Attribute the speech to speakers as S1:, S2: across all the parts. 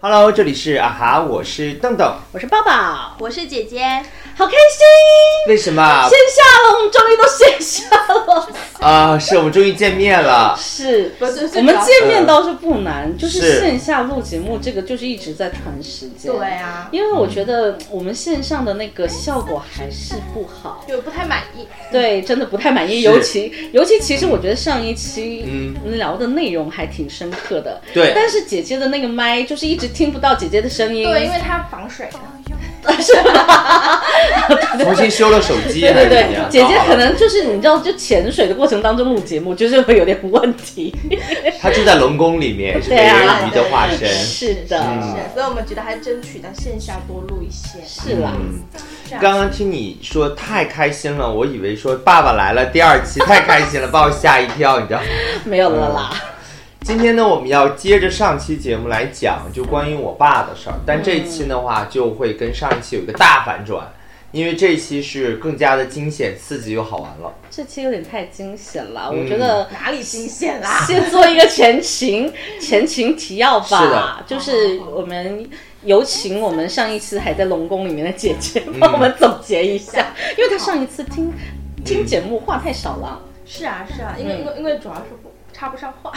S1: Hello，这里是啊哈，我是邓邓。
S2: 我是抱抱，
S3: 我是姐姐，
S2: 好开心！
S1: 为什么
S2: 线下了，我们终于都线下了。
S1: 啊？是我们终于见面了。
S2: 是，
S3: 不是
S2: 我们见面倒是不难，就是
S1: 是
S2: 线下录节目这个就是一直在传时间。
S3: 对啊，
S2: 因为我觉得我们线上的那个效果还是不好，
S3: 就不太满意。
S2: 对，真的不太满意。尤其尤其，其实我觉得上一期嗯聊的内容还挺深刻的，
S1: 对
S2: 但是姐姐的那个麦就是一直听不到姐姐的声音，
S3: 对，因为它防水的。
S1: 重新修了手机啊还
S2: 对
S1: 是怎
S2: 对
S1: 样，？
S2: 姐姐
S1: 搞好
S2: 可
S1: 了
S2: 能就是你知道，就潜水的过程当中录节目，就是会有点问题。
S1: 她住在龙宫里面，是美
S2: 对啊
S1: 人鱼的化身。
S2: 是
S1: 嗯
S2: 的，
S3: 是，所以我们觉得还争取到线下多录一些吧。
S2: 是啦，
S1: 嗯，刚刚听你说太开心了，我以为说爸爸来了第二期太开心了，把我吓一跳，你知道吗？
S2: 没有了
S1: 嗯
S2: 啦。
S1: 今天呢，我们要接着上期节目来讲，就关于我爸的事儿。但这一期的话，就会跟上一期有一个大反转，因为这一期是更加的惊险、刺激又好玩了。
S2: 这期有点太惊险了，
S1: 嗯
S2: 我觉得。
S3: 哪里新鲜啊啦？
S2: 先做一个前情 前情提要
S1: 是的，
S2: 吧就是我们有请我们上一次还在龙宫里面的姐姐帮我们总结 一下，因为她上一次听听节目话太少 了。
S3: 是啊，是啊，因为
S2: 嗯
S3: 因为因为主要是不插不上话。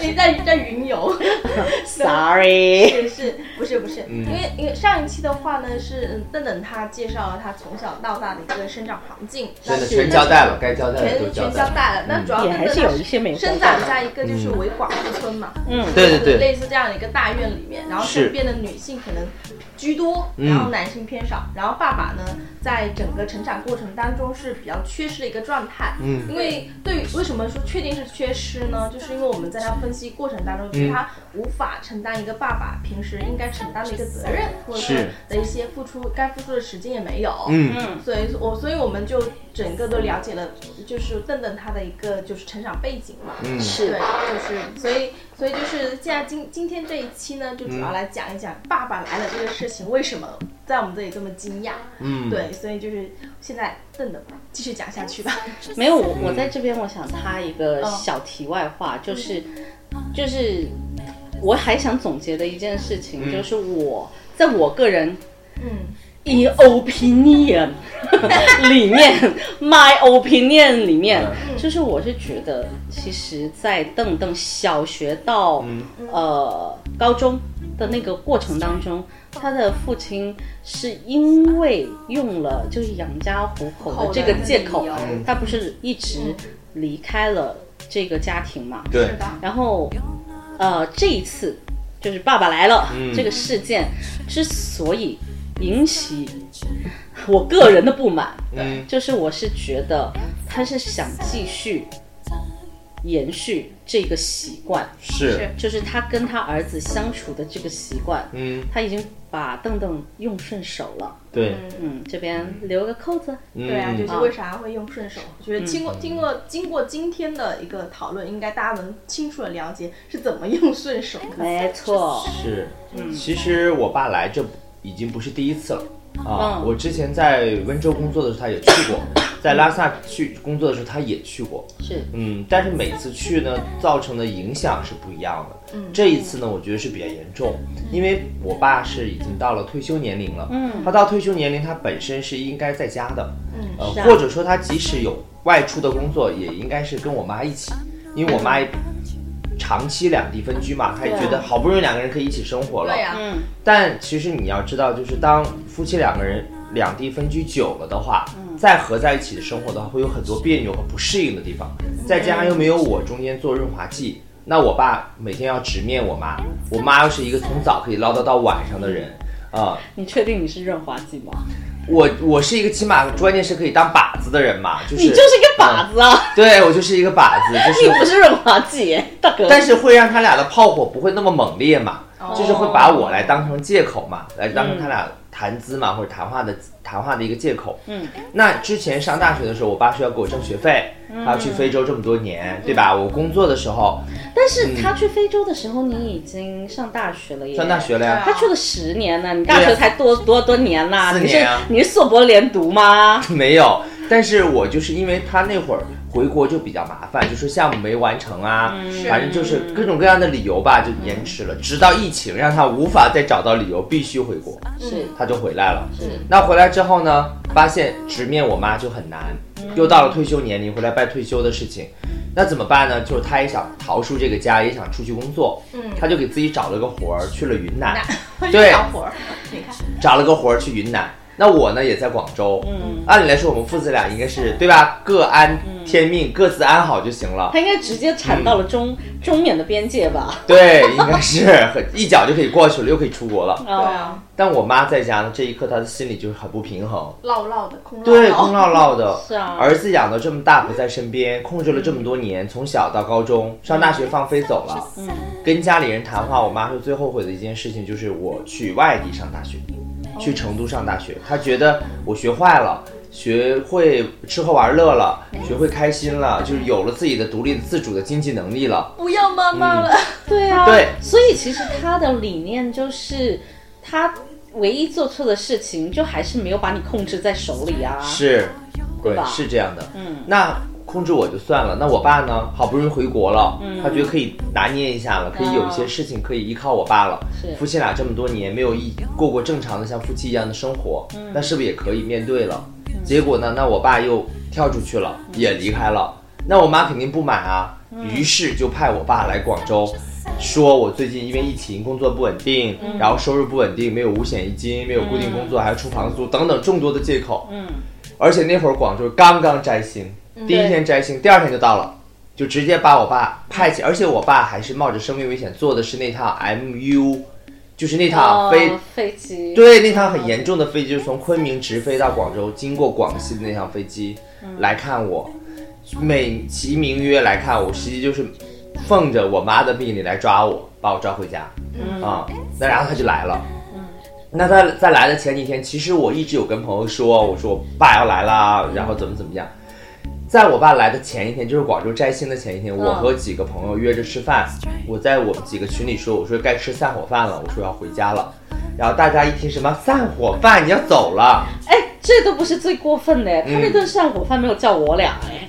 S3: 你 在在云游？
S2: Sorry，
S3: 是是，不是不是，
S1: 嗯
S3: 因为因为上一期的话呢，是嗯邓邓他介绍了他从小到大的一个生长环境，
S1: 真的
S3: 那是
S1: 全交代了，该交代的都
S3: 全
S1: 交
S3: 全
S1: 代
S3: 交
S1: 了。
S3: 代了。那主要
S2: 也
S3: 邓
S2: 还
S3: 邓
S2: 是
S3: 他
S2: 有一些没有
S3: 生
S2: 交代
S3: 长
S2: 的
S3: 在一个就是为寡妇村嘛，
S2: 嗯
S1: 对对对
S3: 类似这样的一个大院里面，然后
S1: 是
S3: 身边的女性可能居多，
S1: 嗯
S3: 然后男性偏少，然后爸爸呢，在整个成长过程当中是比较缺失的一个状态，
S1: 嗯
S3: 因为对于为什么说确定是缺失呢？就是因为我们在他分析过程当中，
S1: 嗯
S3: 就是他无法承担一个爸爸平时应该承担的一个责任，或者说
S1: 是
S3: 的一些付出该付出的时间也没有，
S1: 嗯，
S3: 所以我所以我们就整个都了解了，就是邓邓他的一个就是成长背景嘛，嗯
S2: 是
S3: 对，就是所以所以就是现在今今天这一期呢，就
S1: 嗯
S3: 主要来讲一讲爸爸来了这个事情为什么在我们这里这么惊讶，嗯，对，所以就是现在邓邓继续讲下去吧，
S2: 没有，我我在这边我想插一个小题外话，就是就是我还想总结的一件事情，就是我在我个人。
S3: 嗯，
S2: In，E opinion 里面，my opinion 里面，就是我是觉得，其实，在邓邓小学到、呃高中的那个过程当中，他的父亲是因为用了就是养家糊口的这个借口
S3: 口的理由，
S2: 他不是一直离开了这个家庭嘛？
S1: 对
S3: 是，吧？
S2: 然后，呃，这一次就是《爸爸来了》
S1: 嗯
S2: 这个事件之所以引起我个人的不满，
S1: 嗯
S2: 就是我是觉得他是想继续延续这个习惯，
S1: 嗯是
S3: 是，
S2: 就是他跟他儿子相处的这个习惯，
S1: 嗯，
S2: 他已经把邓邓用顺手了。
S1: 对，
S2: 嗯，这边留个扣子，
S3: 对啊，
S1: 嗯
S3: 就是为啥会用顺手？我觉得经过经过经过今天的一个讨论，应该大家能清楚的了解是怎么用顺手的。
S2: 没错，
S1: 是，
S3: 嗯
S1: 其实我爸来这已经不是第一次了啊。
S2: 嗯
S1: 我之前在温州工作的时候，他也去过，在拉萨去工作的时候，他也去过。
S2: 是
S1: 嗯，但是每次去呢，造成的影响是不一样的。嗯，这一次呢，我觉得是比较严重，因为我爸是已经到了退休年龄了。嗯，他到退休年龄，他本身是应该在家的。嗯，
S2: 是
S1: 呃，
S2: 啊
S1: 或者说他即使有外出的工作，也应该是跟我妈一起，因为我妈也长期两地分居嘛，她也觉得好不容易两个人可以一起生活了。
S3: 对呀、啊，
S2: 嗯，
S1: 但其实你要知道，就是当夫妻两个人两地分居久了的话，
S2: 嗯
S1: 再合在一起的生活的话，会有很多别扭和不适应的地方。
S2: 嗯
S1: 再加上又没有我中间做润滑剂，那我爸每天要直面我妈，我妈又是一个从早可以唠叨到晚上的人啊、
S2: 你确定你是润滑剂吗？
S1: 我我是一个起码关键是可以当靶子的人嘛，就是
S2: 你就是一个靶
S1: 嗯
S2: 子啊，
S1: 对我就是一个靶子，就是
S2: 你不是润滑剂，大哥。
S1: 但是会让他俩的炮火不会那么猛烈嘛，就是会把我来当成借口嘛，来当成他俩谈资嘛、或者谈话的谈话的一个借口。嗯，那之前上大学的时候，我爸说要给我挣学费，他要去非洲这么多年，对吧？我工作的时候
S2: 但是他去非洲的时候，你已经上大学了耶。
S1: 嗯上大。学了呀，
S2: 他去了十年呢，你大
S1: 对
S2: 学
S1: 呀
S2: 才多多多年呐、
S1: 四
S2: 你
S1: 年啊
S2: 是你是硕博连读吗？
S1: 没有。但是我就是因为他那会儿回国就比较麻烦，就是项目没完成啊，反正就是各种各样的理由吧，就延迟了，直到疫情让他无法再找到理由必须回国，
S2: 是
S1: 他就回来了。那回来之后呢，发现直面我妈就很难，又到了退休年龄，回来办退休的事情，那怎么办呢？就是他也想逃出这个家，也想出去工作，他就给自己找了个活儿，去了嗯云 南，对
S3: 小活儿，你
S2: 哦
S3: 看，
S1: 找了个活儿去云南。那我呢也在广州，嗯，按理来说我们父子俩应该是对吧？各安天命，各自安好就行了。
S2: 他应该直接铲到了中、中缅的边界吧？
S1: 对，应该是 很一脚就可以过去了，又可以出国了。
S2: 对
S3: 对啊，
S1: 但我妈在家呢，这一刻她的心里就是很不平衡，
S3: 唠唠的，空
S1: 对，
S3: 唠
S1: 空落落的。
S2: 是啊
S1: 儿子养到这么大不在身边，控制了这么多年，从小到高中，上大学放飞走了。嗯，跟家里人谈话，我妈说最后悔的一件事情就是我去外地上大学，去成都上大学，她觉得我学坏了。学会吃喝玩乐了，学会开心了，就是有了自己的独立自主的经济能力了。
S3: 不要妈
S1: 嗯
S3: 妈了，
S2: 对啊，
S1: 对
S2: 所以其实他的理念就是，他唯一做错的事情就还是没有把你控制在手里啊。
S1: 是，对
S2: 吧
S1: 是这样的。嗯，那控制我就算了，那我爸呢？好不容易回国了，他觉得可以拿捏一下了，可以有一些事情可以依靠我爸了。
S2: 是
S1: 夫妻俩这么多年没有一过过正常的像夫妻一样的生活，那是不是也可以面对了？结果呢？那我爸又跳出去了，也离开了。那我妈肯定不满啊，于是就派我爸来广州，说我最近因为疫情工作不稳定，然后收入不稳定，没有五险一金，没有固定工作，还要出房租等等众多的借口。嗯，而且那会儿广州刚刚摘星，第一天摘星，第二天就到了。就直接把我爸派起，而且我爸还是冒着生命危险坐的是那趟 MU，就是那趟
S2: 哦
S1: 啊飞、
S2: 飞机，
S1: 对，那趟很严重的飞机就是从昆明直飞到广州，经过广西的那趟飞机来看我，美其名曰来看我，实际就是奉着我妈的命令来抓我，把我抓回家。啊、那然后他就来了。那他在来的前几天，其实我一直有跟朋友说，我说我爸要来啦，然后怎么怎么样。在我爸来的前一天，就是广州摘星的前一天，我和几个朋友约着吃饭。我在我们几个群里说，我说该吃散伙饭了，我说要回家了。然后大家一听什么散伙饭，你要走了，
S2: 哎，这都不是最过分的，
S1: 嗯
S2: 他那顿散伙饭没有叫我俩，哎，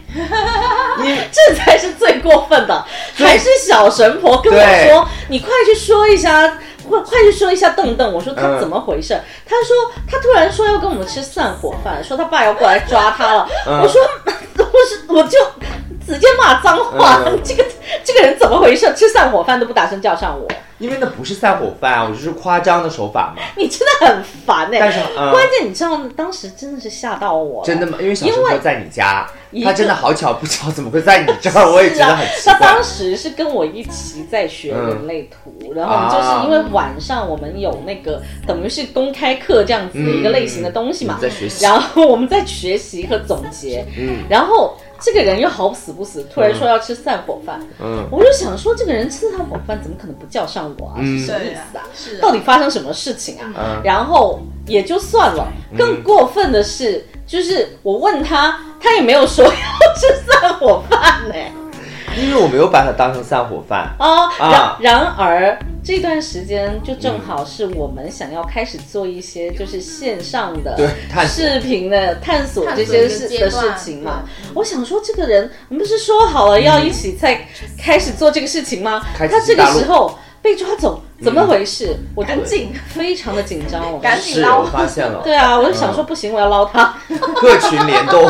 S1: 因为
S2: 这才是最过分的，还是小神婆跟我
S1: 对
S2: 说，你快去说一下，快快去说一下邓邓，我说他
S1: 嗯
S2: 怎么回事？他说他突然说要跟我们吃散伙饭，说他爸要过来抓他了，
S1: 嗯
S2: 我说我是我就。直接骂脏话，
S1: 嗯
S2: 这个这个人怎么回事？吃散伙饭都不打算叫上我，
S1: 因为那不是散伙饭，我就是夸张的手法嘛。
S2: 你真的很烦哎、
S1: 但是嗯
S2: 关键你知道，当时真的是吓到我了，
S1: 真的吗？因为小时
S2: 因为
S1: 候在你家
S2: 一，
S1: 他
S2: 个
S1: 真的好巧不巧，怎么会在你这儿？我也觉得很奇
S2: 他
S1: 怪
S2: 啊当。时是跟我一起在学人类图，然后就是
S1: 啊
S2: 因为晚上我们有那个等于是公开课这样子的一个类型的东西嘛，
S1: 嗯在学习
S2: 然后我们在学习和总结，
S1: 嗯
S2: 然后这个人又好死不死，突然说要吃散伙饭，
S1: 嗯，
S2: 我就想说这个人吃散伙饭怎么可能不叫上我啊？是什么意思啊？
S3: 是啊
S2: 到底发生什么事情啊？
S1: 嗯
S2: 然后也就算了，更过分的是，就是我问他，他也没有说要吃散伙饭呢、
S1: 嗯因为我没有把它当成散伙饭。
S2: 哦，然、
S1: 啊
S2: 然而这段时间就正好是我们想要开始做一些就是线上的
S1: 对探索
S2: 视频的探索这些事
S3: 探索一个阶
S2: 的
S3: 段
S2: 事情嘛。我想说，这个人我们不是说好了要一起在开始做这个事情吗？
S1: 嗯开启
S2: 他这个
S1: 大陆嗯
S2: 时候被抓走，怎么回事？我就
S3: 赶紧
S2: 非常的紧张，我
S3: 赶紧
S1: 是，
S3: 捞
S1: 我发现了，
S2: 对啊，我就想说不行，我要捞他。
S1: 各群联动，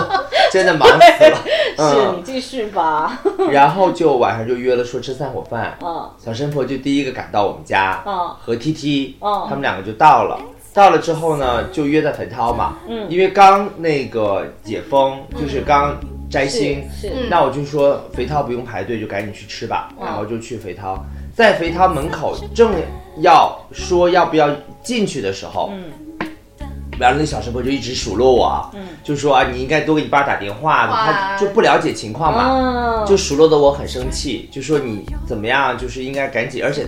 S1: 真的忙死 了。
S2: 是
S1: 嗯
S2: 你，继续吧，
S1: 然后就晚上就约了说吃散伙饭。
S2: 嗯
S1: 小神婆就第一个赶到我们家，
S2: 嗯
S1: 和 T T，
S2: 嗯
S1: 他们两个就到了。到了之后呢，就约在冯涛嘛，嗯，因为刚那个解封，就是刚摘星，
S2: 是是
S1: 那我就说肥涛不用排队，就赶紧去吃吧。然后就去肥涛，在肥涛门口正要说要不要进去的时候，嗯，然后那小神婆就一直数落我，嗯，就说啊，你应该多给你爸打电话，他就不了解情况嘛，
S2: 嗯，
S1: 就数落的我很生气，就说你怎么样，就是应该赶紧，而且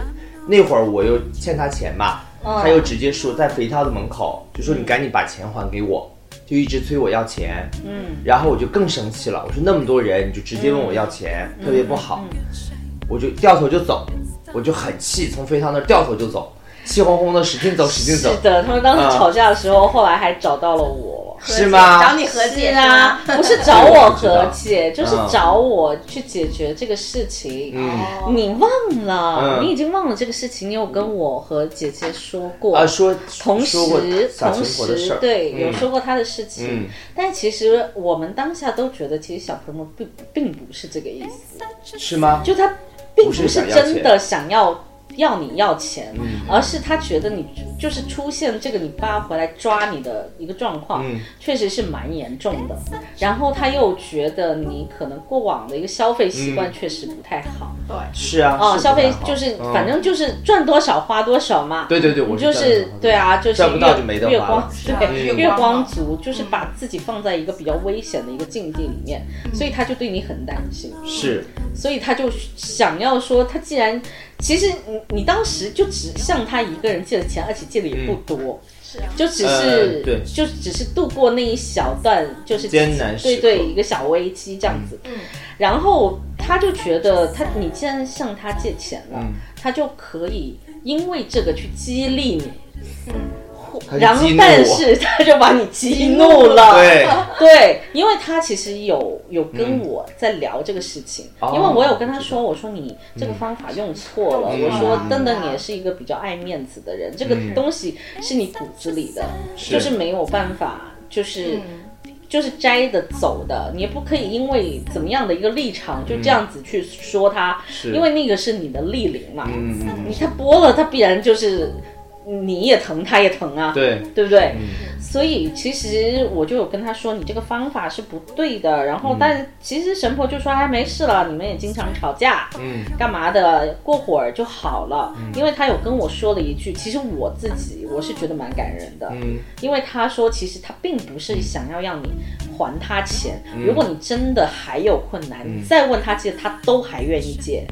S1: 那会儿我又欠他钱嘛，
S2: 嗯
S1: 他又直接说在肥涛的门口就说你赶紧把钱还给我，就一直催我要钱，嗯，然后我就更生气了，我说那么多人你就直接问我要钱，
S2: 嗯
S1: 特别不好，我就掉头就走，我就很气，从肥涛那儿掉头就走，气哄哄的使劲走使劲走嗯
S2: 是，的，他们当时吵架的时候，后来还找到了我。
S3: 和
S1: 是
S3: 解
S1: 吗
S3: 找你和解
S2: 是啊，
S3: 是吗
S2: 不是找我和
S1: 这
S2: 解，
S1: 个
S2: 就
S1: 我知
S2: 是
S1: 道
S2: 找我去解决这个事情。
S1: 嗯，
S3: 哦
S2: 你忘了，
S1: 嗯
S2: 你已经忘了这个事情，你有跟我和姐姐说过。
S1: 啊，说
S2: 同
S1: 说过
S2: 时，
S1: 小
S2: 同
S1: 陈活的事
S2: 时
S1: 儿，，
S2: 对，
S1: 嗯
S2: 有说过他的事情，
S1: 嗯
S2: 但其实我们当下都觉得，其实小朋友并并不是这个意思，
S1: 是吗？
S2: 就他并
S1: 不
S2: 不
S1: 是
S2: 是
S1: 想要嗯
S2: 真的想要要你要钱，而是他觉得你就是出现这个你爸回来抓你的一个状况，
S1: 嗯
S2: 确实是蛮严重的。然后他又觉得你可能过往的一个消费习惯
S1: 嗯
S2: 确实不太好，
S3: 对，
S1: 是啊，
S2: 哦，
S1: 是
S2: 消
S1: 不太
S2: 费
S1: 好
S2: 就是
S1: 嗯
S2: 反正就是赚多少花多少嘛，
S1: 对对对，我
S2: 就是
S1: 这样想的
S2: 是对，啊，就是
S1: 赚不到
S2: 月
S1: 就没得
S2: 月
S1: 花
S2: 光
S1: 了嗯
S3: 啊
S2: 对
S3: 嗯
S2: 月光族，就是把自己放在一个比较危险的一个境地里面，所以他就对你很担心，
S1: 是
S2: 所以他就想要说，他既然其实你你当时就只向他一个人借的钱，而且借的也不多，
S3: 是啊，
S2: 就只是、
S1: 嗯呃对
S2: 就只是度过那一小段就是
S1: 艰难时
S2: 对
S1: 刻
S2: 对一个小危机这样子，
S3: 嗯
S2: 然后他就觉得他你既然向他借钱了，
S1: 嗯
S2: 他就可以因为这个去激励你。
S1: 他就
S2: 然后
S1: 激怒
S2: 但
S1: 我
S2: 是呃他就把你激怒了，
S1: 对，
S2: 对因为他其实有有跟我在聊这个事情，
S1: 嗯
S2: 因为我有跟他说，我说你这个方法用错了，
S1: 哦嗯
S2: 我说
S3: 嗯
S2: 登登你也是一个比较爱面子的人，这个东西是你骨子里的，
S1: 是
S2: 就是没有办法，就是。就是摘的走的，你也不可以因为怎么样的一个立场就这样子去说他，
S1: 是
S2: 因为那个是你的逆鳞嘛，
S1: 嗯嗯嗯
S2: 你他剥了，他必然就是你也疼，他也疼啊，
S1: 对
S2: 对不对？所以其实我就有跟他说，你这个方法是不对的。然后，但其实神婆就说，哎，没事了，你们也经常吵架，嗯，干嘛的，过会儿就好了。因为他有跟我说了一句，其实我自己我是觉得蛮感人的，
S1: 嗯
S2: 因为他说，其实他并不是想要让你还他钱，如果你真的还有困难，你再问他借，他都还愿意借。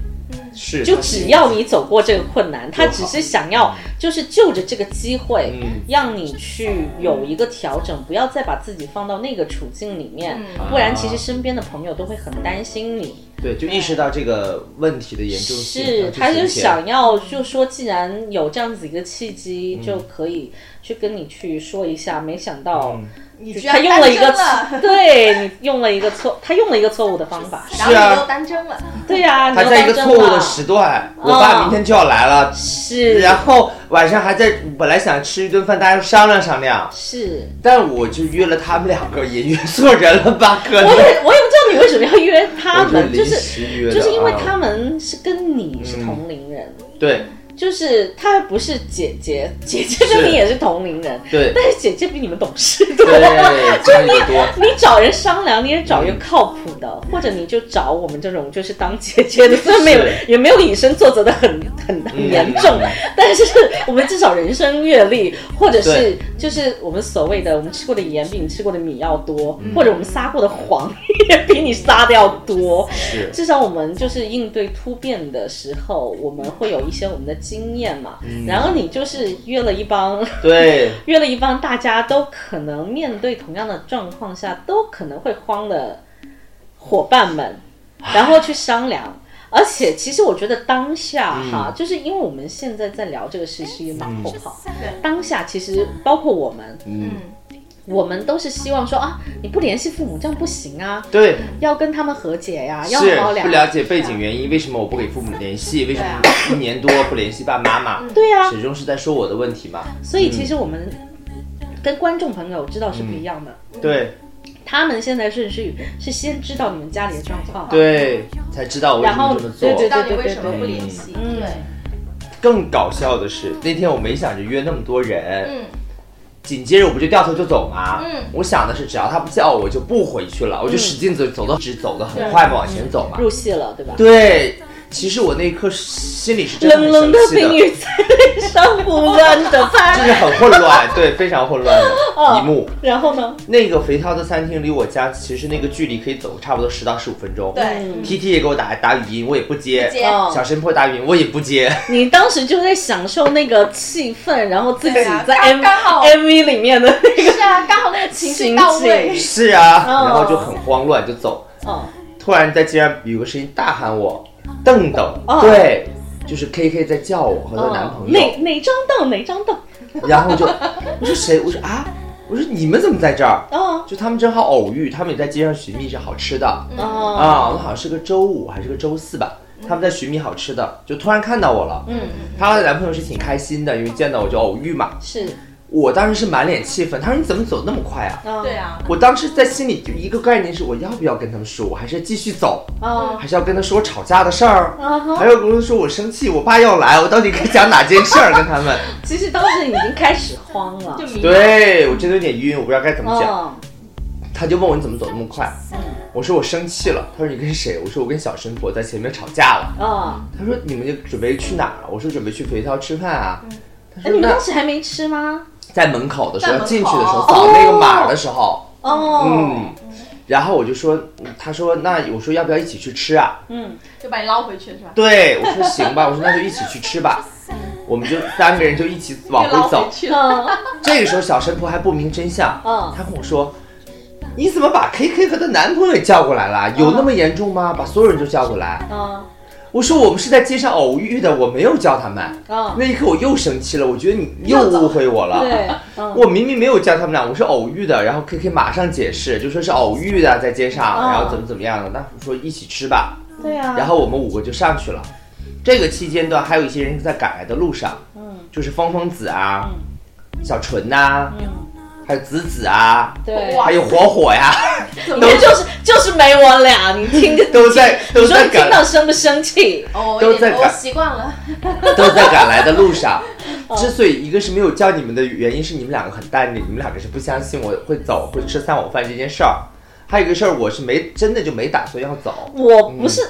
S1: 是，
S2: 就
S1: 他是
S2: 只要你走过这个困难，他
S1: 就好
S2: 只是想要就是就着这个机会，
S1: 嗯
S2: 让你去有一个调整，不要再把自己放到那个处境里面，
S3: 嗯
S2: 不然其
S1: 啊
S2: 实身边的朋友都会很担心你。
S1: 对，就意识到这个问题的严重性，
S2: 是，
S1: 他
S2: 他
S1: 就
S2: 就
S1: 行
S2: 想要就说，既然有这样子一个契机，
S1: 嗯
S2: 就可以去跟你去说一下。没想到。
S1: 嗯
S3: 你居
S2: 他
S3: 然
S2: 用了一个
S3: 单身了，
S2: 对你用了一个错，他用了一个错误的方法。
S3: 然
S1: 是啊
S3: 后你都单身了，
S2: 对啊呀、你
S1: 他
S2: 又
S1: 在一个
S2: 当
S1: 错误
S2: 真
S1: 的
S2: 了
S1: 时啊段，我爸明天就要来了，
S2: 是
S1: 然后晚上还在，本来想吃一顿饭，大家商量商量，
S2: 是
S1: 但我就约了他们两个，也约错人了吧？可
S2: 我
S1: 能
S2: 也我也不知道你为什么要约他
S1: 我
S2: 们，
S1: 临
S2: 就是
S1: 时约的，
S2: 就是因为
S1: 啊嗯
S2: 他们是跟你是同龄人，
S1: 对
S2: 就是他不是姐姐，姐姐跟
S1: 是
S2: 你也是同龄人，
S1: 对
S2: 但是姐姐比你们懂事多。
S1: 对，差得多。
S2: 你找人商量，你也找一个靠谱的，或者你就找我们这种就是当姐姐的，虽然没有
S1: 是
S2: 也没有以身作则的很很很严重，
S1: 嗯
S2: 但是我们至少人生阅历，或者是
S1: 对
S2: 就是我们所谓的我们吃过的盐比你吃过的米要多，
S1: 嗯
S2: 或者我们撒过的谎也比你撒的要多。
S1: 是
S2: 至少我们就是应对突变的时候，我们会有一些我们的经验嘛。
S1: 嗯
S2: 然后你就是约了一帮
S1: 对，
S2: 约了一帮大家都可能面对同样的状况下都可能会慌的伙伴们，然后去商量。而且，其实我觉得当下哈，
S1: 嗯
S2: 就是因为我们现在在聊这个事是一个马后炮，当下其实包括我们，
S3: 嗯，
S2: 我们都是希望说啊，你不联系父母这样不行啊，
S1: 对，
S2: 要跟他们和解呀、要
S1: 是
S2: 好好
S1: 不
S2: 聊。
S1: 了解背景原因，为什么我不给父母联系？为什么
S2: 啊
S1: 一年多不联系爸妈妈？
S2: 对呀、
S1: 始终是在说我的问题嘛。
S2: 所以其实我们跟观众朋友知道是不
S1: 嗯
S2: 一样的，
S1: 对
S2: 他们现在顺序是先知道你们家里的状况，
S1: 对，才知道我为什
S2: 然
S1: 么
S2: 后
S1: 这么做。
S2: 对
S3: 知道你为什么不联系，
S2: 嗯
S3: 对，
S1: 更搞笑的是，那天我没想着约那么多人，
S3: 嗯
S1: 紧接着我不就掉头就走吗？
S3: 嗯
S1: 我想的是，只要他不叫我，我就不回去了，
S2: 嗯
S1: 我就使劲走，走的直走的很快嘛，往前走嘛。
S2: 入戏了，对吧？
S1: 对，其实我那一刻心里是真的
S2: 冷
S1: 很
S2: 冷的
S1: 生气
S2: 冰雨在脸上胡乱的
S1: 就
S2: 拍，
S1: 是很混乱，对，非常混乱
S2: 哦
S1: 的一幕。
S2: 然后呢？
S1: 那个肥涛的餐厅离我家其实那个距离可以走差不多十到十五分钟。
S3: 对
S2: 嗯
S1: ，T T 也给我打打语音，我也不接。
S3: 接
S2: 哦
S1: 小神婆打语音我也不接，
S2: 你当时就在享受那个气氛，然后自己
S3: 对啊
S2: 在
S3: 刚
S2: M
S3: 刚好
S2: MV 里面的那 个
S3: 是啊，刚好那个情绪
S2: 情
S3: 到位，
S2: 景。
S1: 是啊，
S2: 哦
S1: 然后就很慌乱就走。
S2: 哦，
S1: 突然在街上有个声音大喊我，邓邓，
S2: 哦
S1: 对，就是 K K 在叫我和她男
S2: 哦
S1: 朋友，
S2: 哪哪张凳哪张凳？
S1: 然后我就我说谁？我说啊，我说你们怎么在这儿？
S2: 哦
S1: 就他们正好偶遇，他们也在街上寻觅着好吃的。
S2: 哦，
S1: 啊，我好像是个周五还是个周四吧，他们在寻觅好吃的，就突然看到我了。嗯，她的男朋友是挺开心的，因为见到我就偶遇嘛。
S2: 是
S1: 我当时是满脸气愤，他说你怎么走那么快啊？
S2: 啊，
S3: 对，啊，
S1: 我当时在心里就一个概念是，我要不要跟他们说，我还是继续走，
S2: 啊
S1: 还是要跟他说我吵架的事儿，
S2: 啊哈
S1: 还要跟他说我生气，我爸要来，我到底该讲哪件事儿跟他们？
S2: 其实当时已经开始慌了
S3: 就，迷
S1: 对我真的有点晕，我不知道该怎么讲。
S2: 哦，
S1: 他就问我你怎么走那么快，我说我生气了。他说你跟谁？我说我跟小神婆在前面吵架了。
S2: 啊，
S1: 他说你们就准备去哪儿啊？我说准备去肥涛吃饭啊。他
S2: 哎，
S1: 说
S2: 你们
S1: 那
S2: 当时还没吃吗？
S1: 在门口的时
S3: 在
S1: 候，
S3: 门口
S1: 进去的时候扫那个码的时候，
S2: 哦
S1: 嗯，，然后我就说，嗯他说那我说要不要一起去吃啊？
S2: 嗯，
S3: 就把你捞回去是吧？
S1: 对，我说行吧，我说那就一起去吃 吧。我们就三个人就一起往
S3: 就
S1: 回
S3: 捞回
S1: 走。
S3: 去
S2: 嗯
S3: 了。
S1: 这个时候小神婆还不明真相，
S2: 嗯
S1: 她跟我说。你怎么把 K K 和她男朋友也叫过来了？啊有那么严重吗？把所有人都叫过来？
S2: 嗯
S1: 我说我们是在街上偶遇的，我没有叫他们。
S2: 嗯，
S1: 那一刻我又生气了，我觉得你又误会我了。
S2: 对，嗯
S1: 我明明没有叫他们俩，我是偶遇的，然后 K K 马上解释，就说是偶遇的，在街上，
S2: 嗯
S1: 然后怎么怎么样的，那我说一起吃吧，
S2: 对啊，
S1: 然后我们五个就上去了。这个期间段还有一些人在赶来的路上，
S2: 嗯
S1: 就是芳芳子啊、小纯呐、
S2: 嗯，
S1: 还有子子啊，
S2: 对，
S3: 哇
S1: 还有火火呀，
S2: 你们 就是就是没我俩，你听着，
S1: 都在
S2: 你
S1: 都
S2: 说
S1: 在
S2: 你听
S1: 赶
S2: 到生不生气？
S3: 哦，我
S1: 都
S3: 有点
S1: 在
S3: 我
S1: 赶
S3: 习惯了，
S1: 都在赶来的路 上。
S2: 哦
S1: 之所以一个是没有叫你们的原因是你们两个很淡定，你们两个是不相信我会走会吃三碗饭这件事儿。还有一个事儿，我是没真的就没打算要走。
S2: 我不是，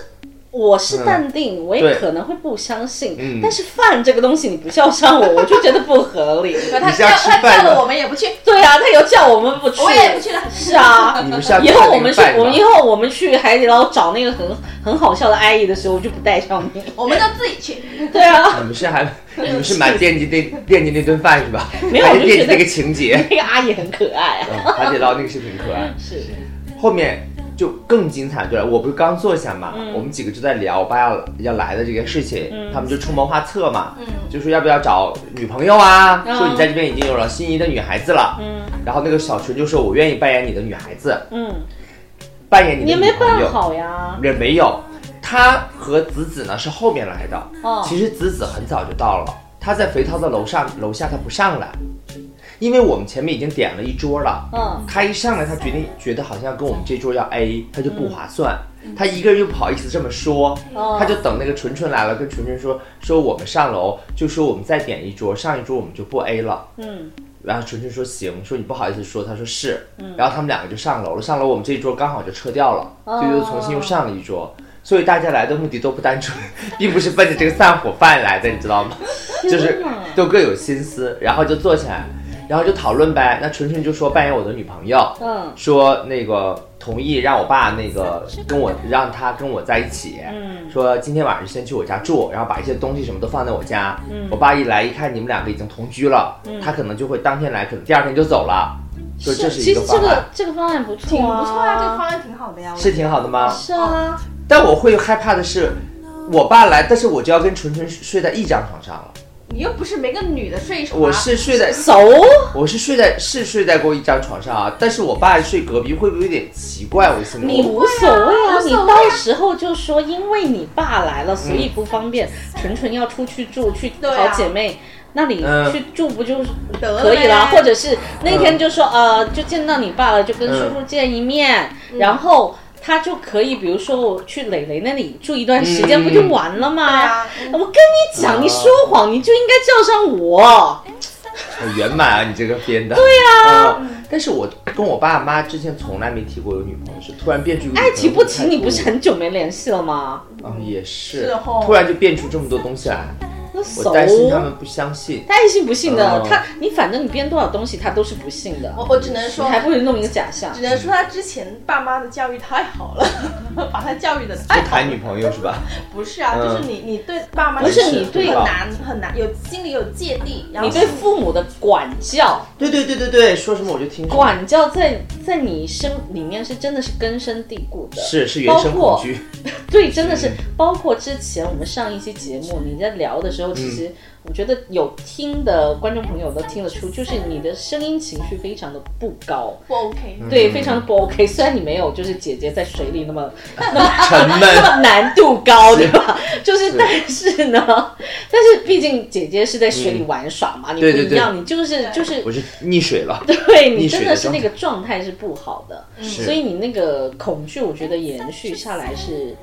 S2: 我是淡定，我也
S1: 嗯对
S2: 可能会不相信，
S1: 嗯
S2: 但是饭这个东西你不叫上我，我就觉得不合理。
S3: 可他
S1: 你是要
S3: 叫
S1: 吃
S3: 他
S1: 饭
S3: 叫
S1: 吗
S3: 了我们也不去，
S2: 对啊，他有叫我们不去，
S3: 我也不去了。
S2: 是 啊。
S1: 你们 是要
S2: 以
S1: 看
S2: 后
S1: 那
S2: 我
S1: 个
S2: 们去
S1: 饭，
S2: 我们
S1: 吗
S2: 以后我们去海底捞找那个很很好笑的阿姨的时候，我就不带上你。
S3: 我们就自己去。
S2: 对啊，
S1: 你们是还你们是蛮惦记那惦记那顿饭是吧？
S2: 没有
S1: 还
S2: 我
S1: 是
S2: 就
S1: 惦
S2: 觉
S1: 记
S2: 得
S1: 那个情节。
S2: 那个阿姨很可爱啊。
S1: 嗯海底捞那个是挺可爱。
S2: 是，
S1: 后面就更精彩，对了，我不是刚坐下嘛，
S2: 嗯
S1: 我们几个就在聊我爸要要来的这个事情，他们就出谋划策嘛，就说要不要找女朋友啊，
S2: 嗯
S1: 说你在这边已经有了心仪的女孩子了，然后那个小纯就说我愿意扮演你的女孩子，
S2: 嗯，
S1: 扮演你
S2: 你
S1: 的
S2: 没
S1: 女朋
S2: 办
S1: 友，
S2: 好呀。
S1: 也没有。他和子子呢是后面来的，
S2: 哦
S1: 其实子子很早就到了，他在肥涛的楼上楼下，他不上来，因为我们前面已经点了一桌了。
S2: 嗯，
S1: 他一上来，他决定觉得好像跟我们这桌要 A，他就不划算。他一个人又不好意思这么说，
S2: 哦
S1: 他就等那个纯纯来了，跟纯纯说说我们上楼，就说我们再点一桌，上一桌我们就不 A 了。
S2: 嗯，
S1: 然后纯纯说行，说你不好意思说，他说是，然后他们两个就上楼了，上楼我们这一桌刚好就撤掉了，所以又重新又上了一桌。所以大家来的目的都不单纯，并不是奔着这个散伙饭来的，你知道吗？就是
S2: 哪
S1: 都各有心思，然后就坐起来，然后就讨论呗。那纯纯就说扮演我的女朋友，
S2: 嗯
S1: 说那个同意让我爸那个跟我让他跟我在一起，
S2: 嗯
S1: 说今天晚上先去我家住，然后把一些东西什么都放在我家。
S2: 嗯
S1: 我爸一来一看你们两个已经同居了，他可能就会当天来，可能第二天就走了。说这是
S2: 其
S1: 一个
S2: 实
S1: 方
S2: 这
S1: 案
S2: 个，这个方案不错，
S3: 挺不错啊，这个方案挺好的呀。我
S1: 是挺好的吗？
S2: 是啊，
S1: 但我会害怕的是，我爸来，但是我就要跟纯纯睡在一张床上
S2: 啊
S1: 了。
S3: 你又不是没跟女的睡一床，
S1: 我是睡在，
S2: 熟
S1: 我是睡在是睡在过一张床上啊，但是我爸睡隔壁会不会有点奇怪？我心里
S2: 你无所谓啊，
S3: 无
S2: 你
S3: 所谓啊
S2: 到时候就说因为你爸来了，所以不方便，纯纯要出去住，去
S3: 嗯对
S2: 好
S3: 啊
S2: 姐妹。那里
S1: 嗯
S2: 去住不就是
S3: 得了
S2: 可以啦？
S3: 呗
S2: 或者是那天就说呃，就见到你爸了，就跟
S1: 嗯
S2: 叔叔见一面，
S3: 嗯
S2: 然后他就可以，比如说我去磊磊那里住一段时间，
S1: 嗯哦
S2: 不就完了吗？
S3: 对啊嗯
S2: 我跟你讲，你说谎，你就应该叫上我。
S1: 很圆满啊，你这个编的。对呀、但是我跟我爸妈之前从来没提过有女朋友的事，突然变出一个
S2: 爱哎提不提，
S1: 女
S2: 你
S1: 朋友
S2: 不是很久没联系了吗？
S1: 啊、也是，
S3: 是哦
S1: 突然就变出这么多东西来，
S2: 那
S1: 我
S2: 熟。
S1: 担心他们不相信。
S2: 他爱信不信的，
S1: 嗯
S2: 他你反正你编多少东西，他都是不信的，
S3: 我我只能
S2: 你
S3: 说，
S2: 还不如弄一个假象
S3: 只。能说他之前爸妈的教育太好了， 把他教育的太
S1: 就
S3: 好了。
S1: 谈女朋友是吧？
S3: 不是啊，
S1: 嗯
S3: 就是你你对爸妈
S2: 不是
S3: 就是
S2: 你对
S3: 很难很难有心里有芥蒂，然后
S2: 你对父母的管教，
S1: 对对对对对，说什么我就听什么。
S2: 管教在在你生里面是真的是根深蒂固的，
S1: 是是原生
S2: 包括
S1: 恐惧，
S2: 对，真的是包括之前我们上一期节目你在聊的时候，候，
S1: 嗯
S2: 其实我觉得有听的观众朋友都听得出，就是你的声音情绪非常的不高，
S3: 不 OK，
S1: 嗯
S2: 对，非常的不 OK。虽然你没有就是姐姐在水里那么
S1: 沉
S2: 那
S1: 闷，
S2: 么难度高，对吧？就是但是呢， 但是毕竟姐姐是在水里玩耍嘛，你不
S1: 对对
S2: 一
S1: 对
S2: 样，你就是就是
S1: 我是溺水了。
S2: 对你
S1: 溺水
S2: 真
S1: 的
S2: 的是
S1: 状
S2: 那个状态是不好的，
S1: 是
S2: 所以你那个恐惧，我觉得延续下来是，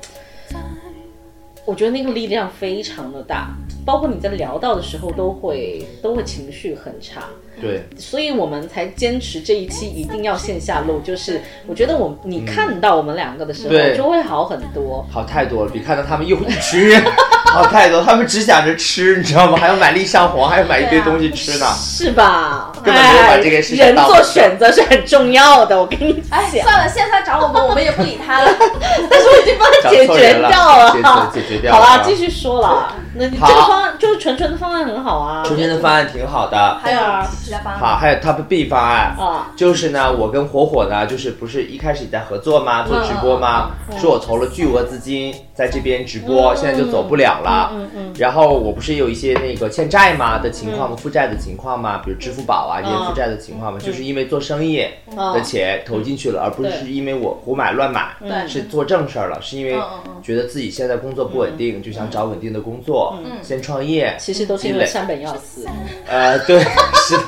S2: 我觉得那个力量非常的大，包括你在聊到的时候都会都会情绪很差，
S1: 对，
S2: 所以我们才坚持这一期一定要线下录，就是我觉得我你看到我们两个的时
S1: 嗯
S2: 候
S1: 对
S2: 就会好很多。
S1: 好太多了，比看到他们又一 群人好太多。他们只想着吃，你知道吗？还要买粒上皇，还要买一堆东西吃呢。
S2: 是吧？
S1: 啊根本没有把
S2: 哎
S1: 这个事情
S2: 人
S1: 当回
S2: 做
S1: 事
S2: 选择是很重要的，我跟你讲。
S3: 哎，算了，现在找我们，我们也不理 他了。
S2: 但是我已经 帮他
S1: 找
S2: 解
S1: 错
S2: 决
S1: 人了
S2: 掉了，
S1: 解决解决掉
S2: 好
S1: 了啊
S2: 啦，继续说啦。那你这
S1: 好
S2: 个方案就是纯纯的方案很好啊。
S1: 中间的方案挺好的，
S3: 还有其他方案吗
S1: 好，还有 Top B 方案
S2: 啊
S1: 就是呢，我跟火火呢，就是不是一开始你在合作
S2: 嗯
S1: 吗？做直播吗？说我投了巨额资金在这边直播，现在就走不了了。
S2: 嗯嗯
S1: 然后我不是有一些那个欠债吗的情况吗？负债的情况吗？比如支付宝
S2: 嗯
S1: 啊这些负债的情况吗？就是因为做生意的钱投进去了，而不是
S2: 对
S1: 是因为我胡买乱买，
S2: 嗯
S1: 是做正事儿了，是因为
S3: 嗯嗯嗯
S1: 觉得自己现在工作不稳定，就想找稳定的工作，先创业。
S2: 嗯其实都是因为山本耀司，
S1: 呃，对，是的。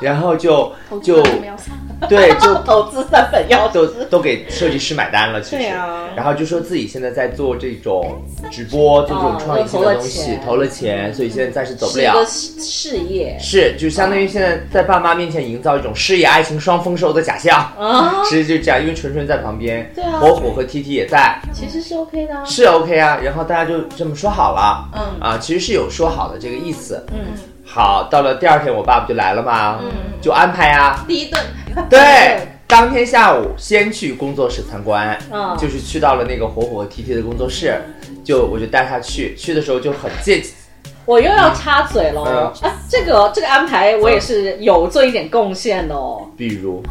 S1: 然后 就就
S3: 我们要散
S1: 对，就
S2: 投资山本耀
S1: 都
S2: 司。
S1: 都给设计师买单了，其实。
S2: 对啊
S1: 然后就说自己现在在做这种直播，做这种创意性的东西，
S2: 哦
S1: 投了钱，所以现在暂时走不
S2: 是一个
S1: 了。
S2: 事事业
S1: 是，就相当于现在在爸妈面前营造一种事业爱情双丰收的假象。
S2: 啊，
S1: 其实就这样，因为纯纯在旁边，
S2: 对啊
S1: 火火和 T T 也在，
S2: 其实是 OK 的啊。
S1: 是 OK 啊。然后大家就这么说好了，
S3: 嗯
S1: 啊，其实是有说好的这个意思。
S2: 嗯，
S1: 好，到了第二天，我爸不就来了嘛，
S3: 嗯
S1: 就安排啊，
S3: 第一顿，
S1: 对，当天下午先去工作室参观，
S2: 嗯
S1: 就是去到了那个火火 T T 的工作室，就我就带他去，去的时候就很见，
S2: 我又要插嘴喽
S1: 嗯。
S2: 啊，这个这个安排我也是有做一点贡献的哦。
S1: 比如，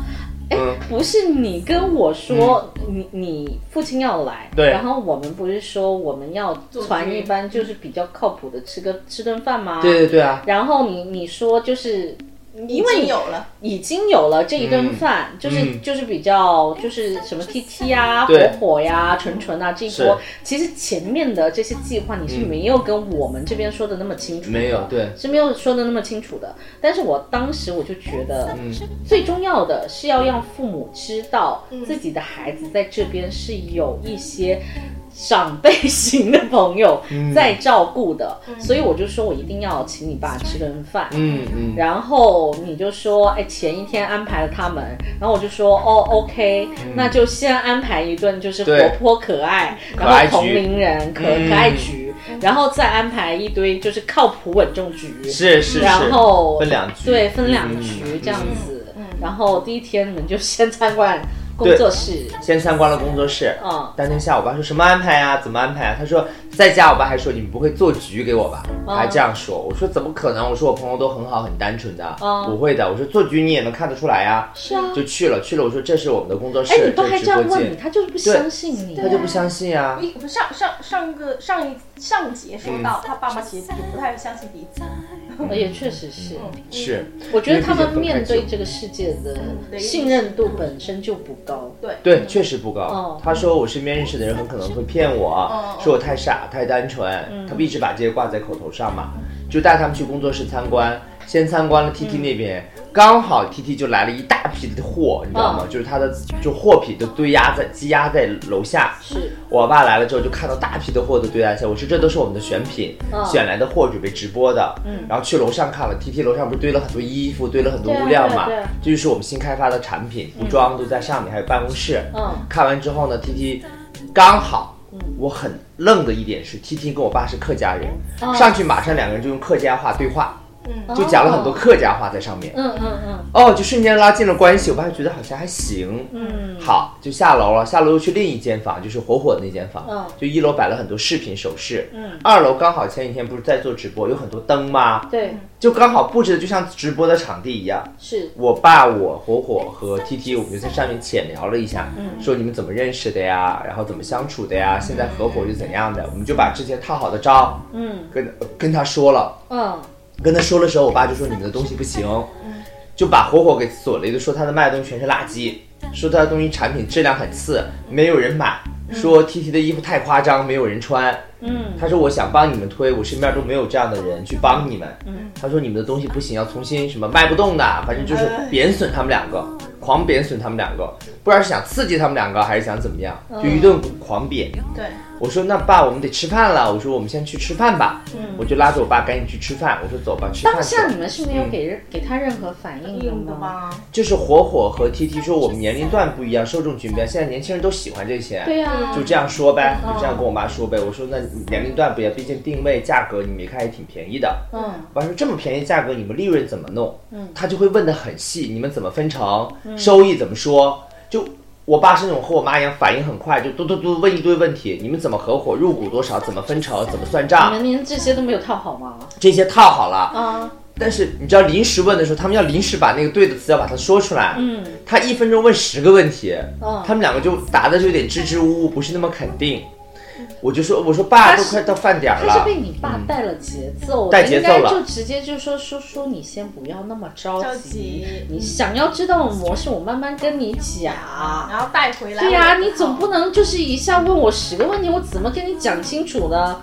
S2: 哎
S1: 嗯，
S2: 不是你跟我说、你你父亲要来，
S1: 对
S2: 然后我们不是说我们要传
S3: 局
S2: 一般就是比较靠谱的吃个吃顿饭吗？
S1: 嗯对对对啊，
S2: 然后你你说就是因
S3: 因
S2: 为
S3: 为
S2: 你
S3: 有了，
S2: 已经有了这一顿饭，就是、
S1: 嗯
S2: 就是比较就是什么 T T 啊、火
S1: 对
S2: 火呀、纯纯啊这一波，其实前面的这些计划你是没有跟我们这边说的那么清楚
S1: 嗯
S2: 的，
S1: 没有对
S2: 是没有说的那么清楚的。但是我当时我就觉得，最重要的是要让父母知道自己的孩子在这边是有一些。长辈型的朋友在照顾的，所以我就说我一定要请你爸吃顿饭。
S1: 嗯嗯，
S2: 然后你就说，哎，前一天安排了他们，然后我就说，哦，OK，、那就先安排一顿，就是活
S1: 嗯对
S2: 泼可爱，然
S1: 爱
S2: 后
S1: 局
S2: 同龄人可
S1: 嗯
S2: 可爱局，然后再安排一堆就是靠谱稳重局，
S1: 是是是，
S2: 然后
S1: 分两局，
S2: 对，分两
S1: 嗯
S2: 局、
S1: 嗯
S2: 这样子。然后第一天你们就先参观工作室，
S1: 先参观了工作室，
S2: 嗯
S1: 当天下午我爸说什么安排啊，怎么安排啊？他说在家，我爸还说你们不会做局给我吧？
S2: 嗯
S1: 还这样说，我说怎么可能？我说我朋友都很好，很单纯的，
S2: 嗯
S1: 不会的。我说做局你也能看得出来呀、
S2: 是啊，
S1: 就去了去了。我说这是我们的工作室，
S2: 哎，你爸
S1: 这
S2: 还
S1: 是
S2: 这
S1: 直播
S2: 样
S1: 间
S2: 问你，嗯他就是不相信你，
S1: 他就不相信啊。
S3: 一不上上上个上一上一节说到，他爸妈其实也不太相信彼此，
S2: 哎也确实是。
S1: 是，
S2: 我觉得他们
S1: 因为毕竟分开
S2: 面
S1: 久
S2: 对这个世界
S1: 嗯
S2: 的信任度本身就不高。
S3: 对
S1: 对，确实不高。
S2: 哦
S1: 他说我身边认识的人很可能会骗我，
S3: 嗯
S1: 说我太傻太单纯，
S2: 嗯
S1: 他们一直把这些挂在口头上嘛。就带他们去工作室参观，先参
S2: 嗯
S1: 观了 TT 那边，刚好 TT 就来了一大批的货，你知道吗？就是他的就货品都堆压在积压在楼下。
S2: 是，
S1: 我爸来了之后就看到大批的货都堆在下，我说这都是我们的选品，
S2: 嗯
S1: 选来的货准备直播的。嗯，然后去楼上看了，T T 楼上不是堆了很多衣服，堆了很多
S2: 对啊
S1: 物料嘛，
S2: 对啊对啊
S1: 这就是我们新开发的产品，服装都在上面，还有办公室。
S2: 嗯
S1: 看完之后呢，T T 刚好。我很愣的一点是，T T 跟我爸是客家人，上去马上两个人就用客家话对话，
S3: 嗯
S1: 就讲了很多客家话在上面。
S2: 哦嗯嗯嗯
S1: 哦，就瞬间拉近了关系，我爸就觉得好像还行。
S2: 嗯，
S1: 好，就下楼了，下楼又去另一间房，就是火火的那间房。
S2: 嗯
S1: 就一楼摆了很多饰品首饰。
S2: 嗯，
S1: 二楼刚好前几天不是在做直播，有很多灯吗？
S2: 对，
S1: 就刚好布置的就像直播的场地一样。
S2: 是
S1: 我爸、我火火和 T T，我们就在上面浅聊了一下，
S2: 嗯
S1: 说你们怎么认识的呀，然后怎么相处的呀，现在合伙又怎样的，我们就把之前套好的招，
S2: 嗯
S1: 跟跟他说了，
S2: 嗯
S1: 跟他说的时候，我爸就说你们的东西不行，就把火火给锁了一顿，说他的卖的东西全是垃圾，说他的东西产品质量很次，没有人买，说 T T 的衣服太夸张，没有人穿。
S2: 嗯
S1: 他说我想帮你们推，我身边都没有这样的人去帮你们。他说你们的东西不行，要重新什么卖不动的，反正就是贬损他们两个，狂贬损他们两个，不知道是想刺激他们两个还是想怎么样，就一顿狂贬。
S3: 对，
S1: 我说那爸，我们得吃饭了，我说我们先去吃饭吧，我就拉着我爸赶紧去吃饭，我说走吧，吃饭
S2: 嗯当
S1: 去。
S2: 下你们是没有给任给他任何反应
S3: 硬的
S2: 吗？
S3: 吧？
S1: 就是火火和 T T 说我们年龄段不一样，受众群不一样，现在年轻人都喜欢这些。
S2: 对啊嗯呀，
S1: 就这样说呗，就这样跟我妈说呗。我说那年龄段不一样，毕竟定位价格你没看也挺便宜的。
S2: 嗯
S1: 我说这么便宜价格，你们利润怎么弄？嗯，他就会问的很细，你们怎么分成，
S2: 嗯
S1: 收益怎么说？就我爸是那种和我妈一样反应很快，就嘟嘟嘟问一堆问题，你们怎么合伙，入股多少，怎么分成，怎么算
S2: 你
S1: 账，
S2: 们连这些都没有套好吗？
S1: 这些套好了。
S2: 啊，
S1: 但是你知道临时问的时候，他们要临时把那个对的词要把它说出来。
S2: 嗯，
S1: 他一分钟问十个问题，
S2: 嗯
S1: 他们两个就答的就有点支支吾吾，不是那么肯定。我就说，我说爸，
S2: 他
S1: 都
S2: 是
S1: 快到饭点儿
S2: 嗯他是
S1: 了。嗯
S2: 被你爸带了节奏，
S1: 带节奏
S2: 应该
S1: 了
S2: 就直接就说叔叔，你先不要那么着
S3: 着急
S2: 你想要知道的模式，我慢慢跟你讲。嗯
S3: 然后带回来。
S2: 对呀、
S3: 我
S2: 你总不能就是一下问我十个问题，我怎么跟你讲清楚呢？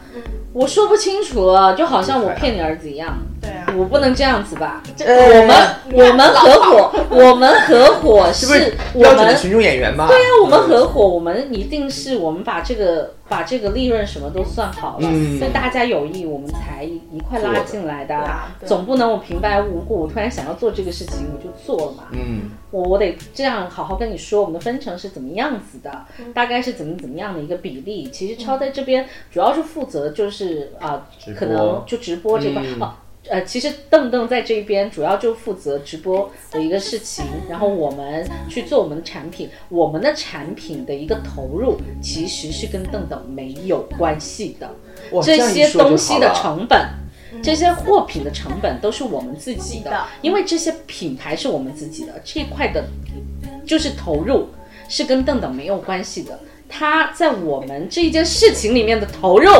S2: 我说不清楚，就好像我
S1: 啊
S2: 骗你儿子一样，
S3: 对啊，
S2: 我不能这样子吧？
S1: 呃
S2: 我们我们合伙，啊 我们合伙是
S1: 是不是
S2: 我
S1: 标准的
S2: 们
S1: 群众演员吧？
S2: 对呀、啊我们合伙，我们一定是我们把这个把这个利润什么都算好了，
S1: 嗯
S2: 所以大家有益，我们才一块拉进来的
S3: 做的对啊
S2: 啊。
S3: 对
S2: 总不能我平白无故，我突然想要做这个事情，我就做了嘛。
S1: 嗯。
S2: 我我得这样好好跟你说，我们的分成是怎么样子的，大概是怎么怎么样的一个比例。其实超在这边主要是负责就是啊、
S1: 播
S2: 可能就直播这块、
S1: 嗯
S2: 哦。呃，其实邓邓在这边主要就负责直播的一个事情，然后我们去做我们的产品，我们的产品的一个投入其实是跟邓邓没有关系的，
S1: 哇
S2: 这些东西
S1: 样
S2: 的。
S1: 一说就好了
S2: 成本。这些货品的成本都是我们自己的，
S3: 的
S2: 因为这些品牌是我们自己的，这一块的，就是投入是跟邓邓没有关系的。他在我们这一件事情里面的投入，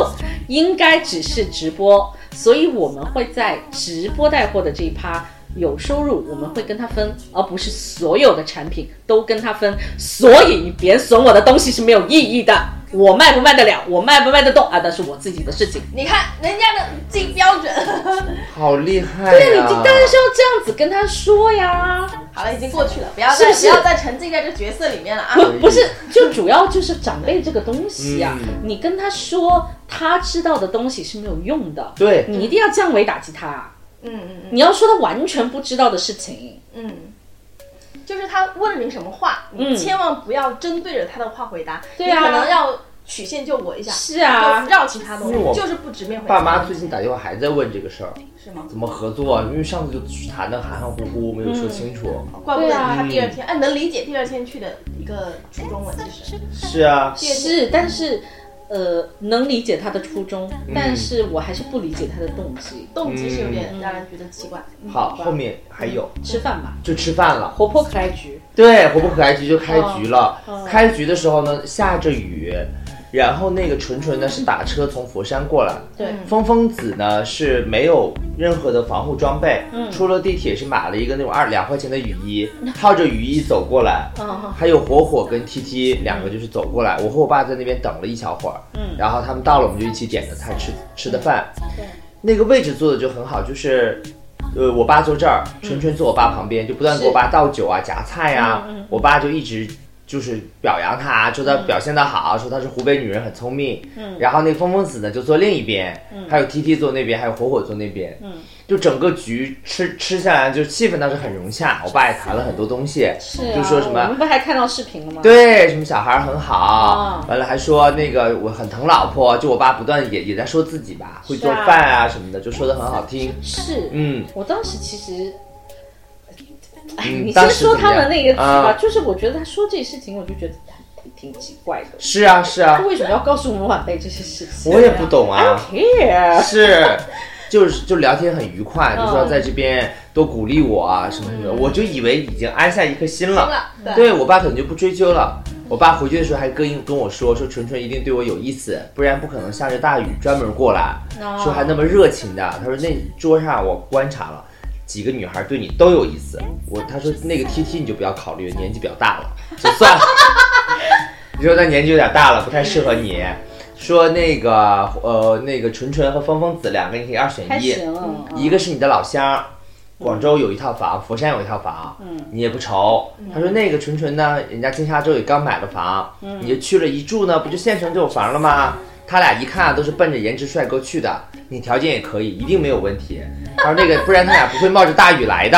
S2: 应该只是直播，所以我们会在直播带货的这一趴有收入，我们会跟他分，而不是所有的产品都跟他分。所以你贬损我的东西是没有意义的。我卖不卖得了，我卖不卖得动啊，那是我自己的事情。
S3: 你看人家的这标准，
S1: 好厉害、啊呀！
S2: 那你就当然是要这样子跟他说呀，
S3: 好了，已经过去了，不要
S2: 是
S3: 再
S2: 不是
S3: 不要再沉浸在这角色里面了啊！
S2: 不不是，就主要就是长辈这个东西呀、
S1: 嗯
S2: 你跟他说他知道的东西是没有用的，
S1: 对
S2: 你一定要降维打击他，
S3: 嗯嗯
S2: 你要说他完全不知道的事情，
S3: 嗯嗯，就是他问你什么话，
S2: 嗯
S3: 你千万不要针对着他的话回答，
S2: 对啊
S3: 你可能要曲线救我一下，
S2: 是啊
S3: 就绕其他东
S1: 因为我
S3: 西，就是不直面回答。
S1: 爸妈最近打电话还在问这个事儿，
S3: 是吗？
S1: 怎么合作、啊？因为上次就谈的含含糊糊，没有说清楚。
S3: 怪不得
S2: 对啊
S3: 他第二天，哎，能理解第二天去的一个初衷了，其实。
S1: 是啊，
S3: 对
S2: 是，但是。呃，能理解他的初衷，
S1: 嗯
S2: 但是我还是不理解他的动机。
S3: 动机是有点让人觉得奇怪。
S2: 嗯
S1: 好，后面还有
S2: 吃饭吧，
S1: 就吃饭了。
S2: 活泼可爱局，
S1: 对，活泼可爱局就开局了。
S2: 嗯嗯
S1: 开局的时候呢，下着雨，然后那个纯纯呢是打车从佛山过来。
S2: 对，
S3: 嗯
S1: 峰峰子呢是没有任何的防护装备，
S2: 嗯
S1: 出了地铁是买了一个那种二两块钱的雨衣，套着雨衣走过来。
S2: 嗯
S1: 还有火火跟 T T 两个就是走过来，我和我爸在那边等了一小会儿，
S2: 嗯
S1: 然后他们到了，我们就一起点的菜吃吃的饭，
S2: 对，
S1: 那个位置坐的就很好，就是。呃，我
S2: 嗯嗯
S1: 爸坐这儿，纯纯坐我爸旁边，就不断给我爸倒酒啊、夹菜啊。我爸就一直就是表扬她，说她表现的
S2: 嗯
S1: 好，说她是湖北女人，很聪明。嗯，然后那个疯疯子呢就坐另一边，
S2: 嗯
S1: 还有 T T 坐那边，还有火火坐那边。嗯，就整个局吃吃下来，就是气氛倒是很融洽。我爸也谈了很多东西，
S2: 是啊
S1: 就说什
S2: 我
S1: 么
S2: 们不还看到视频了吗？，
S1: 对什么小孩儿很好
S2: 哦，
S1: 完了还说那个我很疼老婆，就我爸不断也也在说自己吧，会做
S2: 是啊
S1: 饭啊什么的，就说的很好听。
S2: 是，
S1: 嗯，
S2: 我当时其实，哎，
S1: 嗯
S2: 你
S1: 当
S2: 先
S1: 时
S2: 说
S1: 怎么
S2: 他
S1: 样
S2: 们那个词
S1: 啊
S2: 吧，就是我觉得他说这些事情，我就觉得挺挺奇怪的，
S1: 是啊是啊
S2: 他，为什么要告诉我们晚辈这些事情？
S1: 我也不懂啊。
S2: care，
S1: 是，就是就聊天很愉快，就说
S2: 嗯
S1: 在这边多鼓励我啊什么什么的，我就以为已经安下一颗心
S3: 疯
S1: 了。
S3: 了，
S2: 嗯
S3: 对，
S1: 对我爸可能就不追究了。我爸回去的时候还跟跟我说，说纯纯一定对我有意思，不然不可能下着大雨专门过来，
S2: 哦
S1: 说还那么热情的。他说那桌上我观察了。几个女孩对你都有意思，我他说那个 T T 你就不要考虑，年纪比较大了，就算了。 你说他年纪有点大了，不太适合你。说那个呃那个纯纯和风风子两个你可以二选
S2: 还
S1: 一，
S2: 行，嗯
S1: 一个是你的老乡，广州有一套房，佛山有一套房，你也不愁。他说那个纯纯呢，人家金沙洲也刚买了房，你就去了一住呢，不就现成就有房了吗？他俩一看啊，都是奔着颜值帅哥去的，你条件也可以，一定没有问题。他说那个，不然他俩不会冒着大雨来的。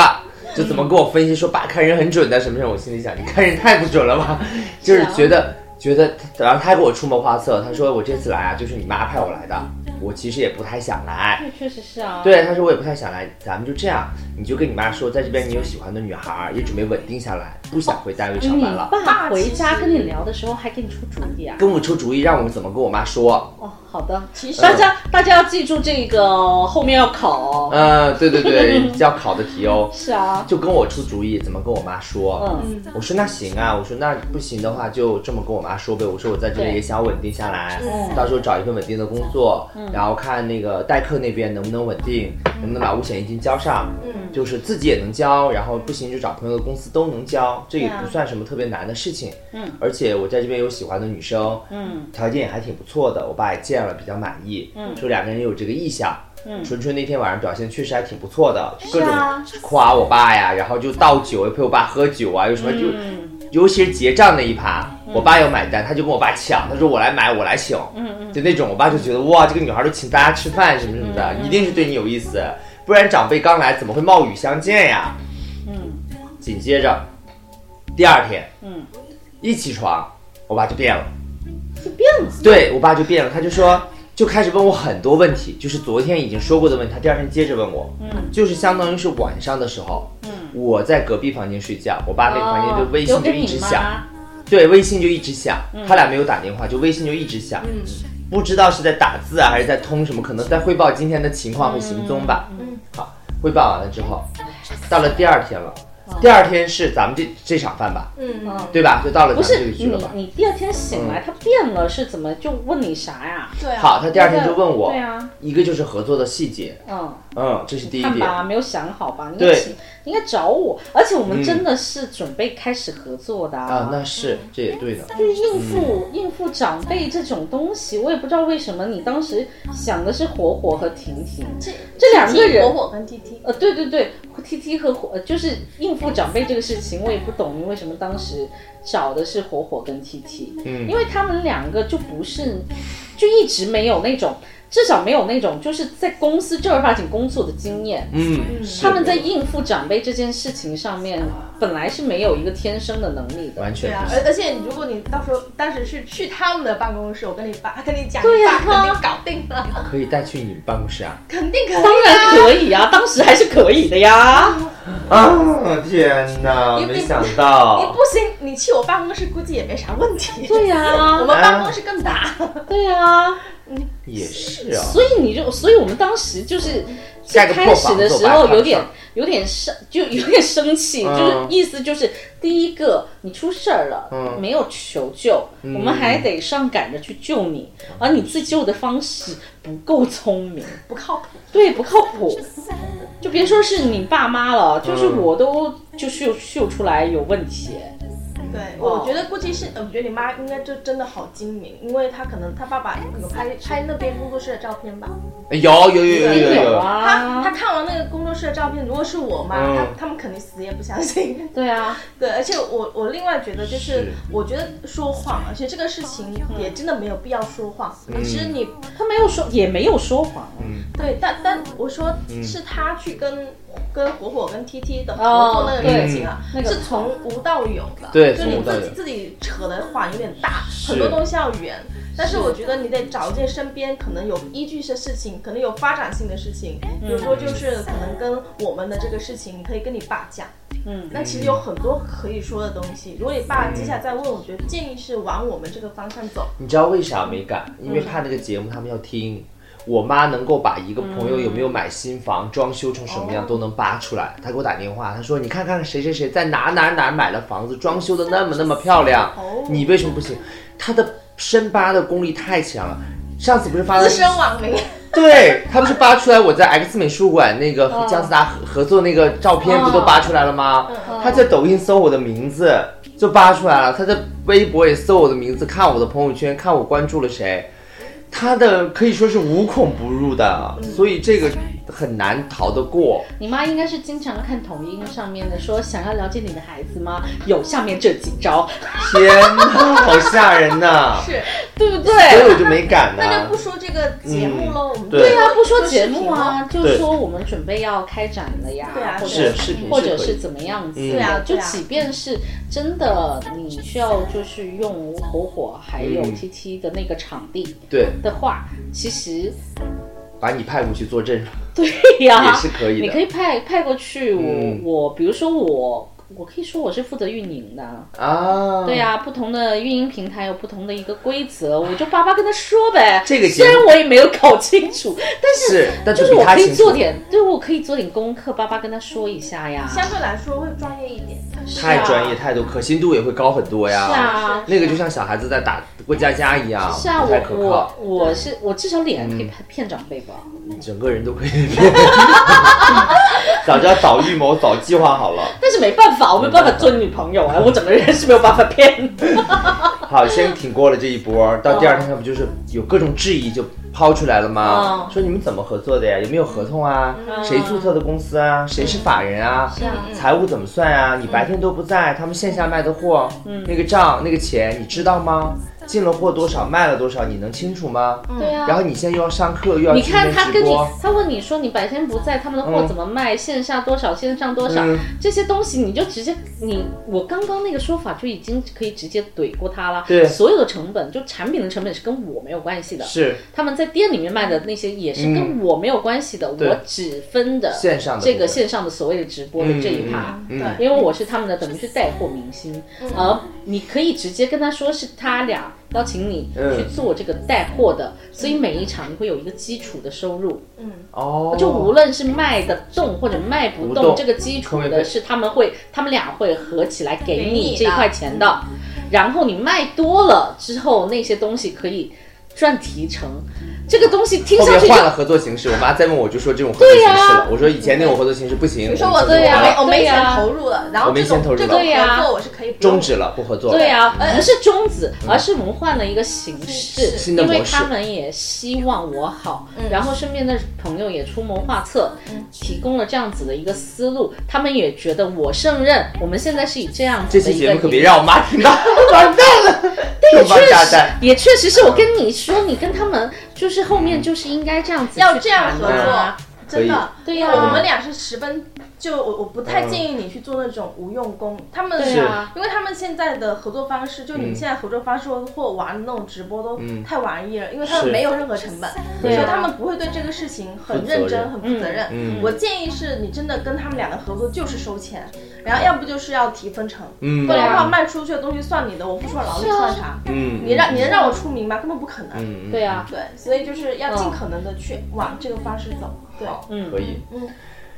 S1: 就怎么跟我分析说爸看人很准的什么什么，我心里想你看人太不准了吧， 就是觉得觉得，然后他给我出谋划策，他说我这次来啊，就是你妈派我来的，我其实也不太想来，
S2: 那确实是啊，
S1: 对，他说我也不太想来，咱们就这样，你就跟你妈说，在这边你有喜欢的女孩儿，也准备稳定下来，不想回单位上
S2: 你
S1: 班了。
S2: 爸回家跟你聊的时候还给你出主意啊？
S1: 跟我出主意，让我怎么跟我妈说？
S2: 哦，好的，
S1: 嗯
S3: 其实
S2: 大家大家要记住这个哦，后面要考哦。
S1: 嗯，对对对，要考的题哦。
S2: 是啊，
S1: 就跟我出主意，怎么跟我妈说？
S2: 嗯
S1: 我说那行啊，我说那不行的话就这么跟我妈说呗。我说我在这边
S2: 对
S1: 也想稳定下来
S2: 嗯，
S1: 到时候找一份稳定的工作，然后看那个代课那边能不能稳定，
S2: 嗯
S1: 能不能把五险一金交上，
S3: 嗯
S1: 就是自己也能交，然后不行就找朋友的公司都能交，这也
S2: 对啊
S1: 不算什么特别难的事情。
S2: 嗯，
S1: 而且我在这边有喜欢的女生，
S2: 嗯，
S1: 条件也还挺不错的，我爸也见了比较满意，嗯，说两个人有这个意向。嗯，纯纯那天晚上表现确实还挺不错的，各种
S2: 啊
S1: 夸我爸呀，然后就倒酒，又陪我爸喝酒啊，又什么就，尤其是结账那一趴，我爸要买单，他就跟我爸抢，他说我来买，我来请，嗯嗯，就那种，我爸就觉得哇，这个女孩都请大家吃饭什么什么的，一定是对你有意思，不然长辈刚来怎么会冒雨相见呀？嗯，紧接着第二天，嗯，一起床，我爸就变了。
S2: 就变子。
S1: 对我爸就变了，他就说，就开始问我很多问题，就是昨天已经说过的问题，他第二天接着问我，嗯，就是相当于是晚上的时候，嗯，我在隔壁房间睡觉，我爸那个房间
S2: 哦
S1: 就微
S2: 留
S1: 信
S2: 给
S1: 就一
S2: 你
S1: 直响，
S2: 妈。嗯
S1: 对，微信就一直响，他俩没有打电话，就微信就一直响，
S3: 嗯
S1: 不知道是在打字啊，还是在通什么，可能在汇报今天的情况和行踪吧。
S3: 嗯，
S1: 好，汇报完了之后，到了第二天了，
S2: 哦
S1: 第二天是咱们这这场饭吧，
S3: 嗯，
S1: 对吧？就到了咱们
S2: 不
S1: 这
S2: 是
S1: 个
S2: 你
S1: 局了吧，？嗯
S2: 你第二天醒来，他变了，是怎么就问你啥呀？
S3: 对啊，
S1: 好，他第二天就问我
S2: 对，啊，
S1: 一个就是合作的细节，
S2: 嗯，
S1: 嗯，这是第一
S2: 看
S1: 点。
S2: 吧，没有想好吧？你
S1: 对
S2: 应该你应该找我，而且我们真的是准备开始合作的
S1: 啊，那嗯是，这
S2: 嗯
S1: 也对的。
S2: 就是应付、应付长辈这种东西，我也不知道为什么你当时想的是火火和婷婷，
S3: 这
S2: 这两个人
S3: 火火跟 T T，
S2: 呃，对对对，T T 和火，呃就是应付长辈这个事情，我也不懂你为什么当时找的是火火跟 T T，
S1: 嗯
S2: 因为他们两个就不是，就一直没有那种，至少没有那种就是在公司正儿八经工作的经验。
S1: 嗯，是
S2: 他们在应付长辈这件事情上面，本来是没有一个天生的能力的。
S1: 完
S3: 对
S1: 全
S3: 啊
S1: 不，
S3: 而
S1: 是。
S3: 而且如果你到时候当时是去他们的办公室，我跟你爸跟你讲，
S2: 对呀
S3: 你爸肯定搞定了，
S1: 可以带去你们办公室啊？
S3: 肯定可以
S2: 当然可以啊，当时还是可以的呀。
S1: 啊，天哪，
S3: 你
S1: 没想到
S3: 你不。行，你去我办公室估计也没啥问题。
S2: 对啊呀、
S3: 我们办公室 更大。
S2: 对呀、
S1: 也是啊，
S2: 所以你就，所以我们当时就是最
S1: 盖个
S2: 开
S1: 破
S2: 始
S1: 房
S2: 的
S1: 子
S2: 时
S1: 吧
S2: 候
S1: 看
S2: 有
S1: 上
S2: 点有点生，就有点生气，就是
S1: 嗯
S2: 意思就是第一个你出事儿了，
S1: 嗯
S2: 没有求救，我们还得上赶着去救你，而你自救的方式不够聪明，
S3: 不靠谱。
S2: 对，不靠 谱。就别说是你爸妈了，就是
S1: 嗯
S2: 我都就秀秀出来有问题。
S3: 对，
S2: 哦
S3: 我觉得估计是，呃我觉得你妈应该就真的好精明，因为她可能她爸爸有拍拍那边工作室的照片吧，
S1: 哎有有有有
S2: 没
S1: 有
S2: 有
S1: 有，
S3: 她她
S2: 啊，
S3: 看完那个工作室的照片，如果是我妈，
S1: 嗯
S3: 她他们肯定死也不相信。
S2: 对啊，
S3: 对，而且我我另外觉得就是是，我觉得说谎，而且这个事情
S2: 嗯
S3: 也真的没有必要说谎。其实你
S2: 他没有说，也没有说谎。
S1: 嗯
S3: 对，但
S2: 嗯
S3: 但我说是他去跟跟火火跟 TT 的合作那
S2: 哦
S3: 个恋情啊，
S2: 对那个嗯
S3: 是从无到有的，
S1: 嗯对
S3: 就
S1: 从
S3: 你
S1: 无到
S3: 自己
S1: 有
S3: 自己扯的谎有点大，很多东西要圆。但是我觉得你得找一件身边可能有依据的事情，可能有发展性的事情，
S2: 嗯
S3: 比如说就是可能跟我们的这个事情，你可以跟你爸讲。
S2: 嗯，
S3: 那其实有很多可以说的东西。如果你
S1: 嗯
S3: 爸接下来再问，我觉得建议是往我们这个方向走。
S1: 你知道为啥没敢？因为怕那个节目他们要听。我妈能够把一个朋友有没有买新房、装修成什么样都能扒出来。她给我打电话，她说：“你看看谁谁谁在哪哪哪买了房子，装修的那么那么漂亮
S3: 哦，
S1: 你为什么不行？”她的深扒的功力太强了。上次不是发
S3: 资
S1: 了
S3: 深网民，
S1: 对他不是扒出来我在 X 美术馆那个和
S2: 嗯
S1: 姜思达合合作那个照片不都扒出来了吗？
S2: 嗯
S1: 他在抖音搜我的名字就扒出来了，他在微博也搜我的名字，看我的朋友圈，看我关注了谁，他的可以说是无孔不入
S2: 嗯
S1: 的，所以这个很难逃得过。
S2: 你妈应该是经常看抖音上面的，说想要了解你的孩子吗？有下面这几招，
S1: 天哪，好吓人呐、
S3: 是，
S2: 对不
S1: 所以我
S2: 对？
S1: 就没敢啊呢、
S3: 那就不说这个节目喽，我们
S1: 对
S2: 对
S3: 呀，
S2: 啊，不说节目啊，就
S1: 对
S2: 说我们准备要开展了呀，
S3: 对啊
S2: 或者
S1: 是视频
S2: 或
S1: 是
S2: 者
S1: 可以嗯
S2: 是怎么样子的，
S1: 对
S3: 啊
S2: 就
S3: 对啊
S2: 即便是真的，你需要就是用火火还有
S1: 嗯
S2: TT 的那个场地
S1: 对，
S2: 的话，其实
S1: 把你派过去作证
S2: 对呀、
S1: 也是可以的。
S2: 啊你可以派派过去我，
S1: 嗯
S2: 我比如说我，我可以说我是负责运营的啊，
S1: 啊，
S2: 对呀、不同的运营平台有不同的一个规则，我就巴巴跟他说呗。
S1: 这个节
S2: 虽
S1: 目
S2: 然我也没有搞清楚，但是
S1: 是，但
S2: 就是是
S1: 比
S2: 我
S1: 他
S2: 可以
S1: 清楚
S2: 做点，对我可以做点功课，巴巴跟他说一下呀。
S3: 相对来说会专业一 点。
S1: 太专业，太多，可信度也会高很多呀。
S2: 啊是啊，
S1: 那个就像小孩子在打过家家一样，
S2: 是啊，
S1: 不太可
S2: 我我
S1: 靠，嗯
S2: 我是我至少脸可以骗骗长辈吧。
S1: 整个人都可以 变。早知道早预谋，早计划好了。
S2: 但是没办法，我没办法做你女朋友啊，我整个人是没有办法骗的。
S1: 好，先挺过了这一波，到第二天他不就是有各种质疑就抛出来了吗？
S2: 嗯
S1: 说你们怎么合作的呀？有没有合同啊？谁注册的公司啊？谁是法人啊？
S2: 啊嗯
S1: 财务怎么算啊？你白天都不在，他们线下卖的货，那个账那个钱你知道吗？进了货多少，卖了多少，你能清楚吗？
S2: 对啊
S1: 然后你现在又要上课，又要
S2: 你
S1: 去那
S2: 看
S1: 边直
S2: 他跟你
S1: 播，，
S2: 他问你说你白天不在，他们的货
S1: 嗯
S2: 怎么卖？线下多少，线上多少？
S1: 嗯
S2: 这些东西你就直接你我刚刚那个说法就已经可以直接怼过他了。
S1: 对
S2: 所有的成本就产品的成本是跟我没有关系的，
S1: 是嗯
S2: 他们在店里面卖的那些也是跟我没有关系的，
S1: 对
S2: 我只分的
S1: 线上的
S2: 这
S1: 部
S2: 个
S1: 分
S2: 线上的所谓的直播的这一趴。
S1: 嗯
S3: 对，
S2: 因为我是他们的，等于是带货明星，而你可以直接跟他说是他俩邀请你
S1: 嗯
S2: 去做这个带货的，所以每一场你会有一个基础的收入，
S1: 哦，
S2: 就无论是卖得动或者卖不
S1: 不
S2: 动，
S1: 动
S2: 这个基础
S1: 会被
S2: 的是他们会，他们俩会合起来给
S3: 给
S2: 你
S3: 你
S2: 这一
S3: 的
S2: 块钱的，然后你卖多了之后，那些东西可以赚提成，这个东西听
S1: 后
S2: 上
S1: 面
S2: 去就
S1: 换了合作形式，我妈再问我就说这种合作形式了，我说以前那种合作形式不行，
S3: 比如说
S1: 我
S3: 我
S1: 们合
S3: 对
S1: 作
S3: 呀、
S1: 完
S2: 对啊
S1: 了
S3: 我没
S2: 对
S3: 钱
S2: 啊
S3: 投入了，然后
S1: 我没
S3: 这种
S1: 钱投入
S3: 这
S1: 了
S3: 种
S2: 对啊
S3: 合作我是可以不用
S1: 终止了，不合作了，
S2: 对啊，不是终止，而是我们换了一个形式
S3: 是，
S1: 新的
S2: 因为
S1: 模式
S2: 他们也希望我好，然后身边的朋友也出谋划策，提供了这样子的一个思路，他们也觉得我胜任。我们现在是以这样
S1: 这
S2: 子的
S1: 期
S2: 一
S1: 节
S2: 个
S1: 目可
S2: 营
S1: 别让我妈听到，完蛋 了，这王
S2: 确
S1: 炸
S2: 实
S1: 弹，
S2: 也确实是我跟你说，你跟他们就是后面就是应该这样子
S3: 要
S2: 去
S3: 这样
S2: 谈
S3: 合
S2: 啊
S3: 作，
S1: 可以
S3: 真的。
S2: 对
S3: 因
S2: 呀、
S3: 为我们俩是十分，就我我不太建议你去做那种无用功。他们
S2: 对啊
S3: 因为他们现在的合作方式，就
S1: 嗯
S3: 你们现在合作方式或玩那种直播都太玩意了，因为他
S1: 是
S3: 们没有任何成本，所
S2: 对啊
S3: 以他们不会对这个事情很
S1: 负责
S3: 认真、
S1: 任
S3: 很负责任。
S1: 嗯嗯
S3: 我建议是你真的跟他们俩的合作就是收钱，然后要不就是要提分成，
S1: 嗯
S3: 不然的话卖出去的东西算你的，我付出了劳力算啥？
S1: 嗯，
S3: 你让你能让我出名吗？根本不可能。
S1: 嗯，
S2: 对啊呀、
S3: 对，所以就是要尽可能的去往这个方式走。对，
S1: 嗯，可以，
S3: 嗯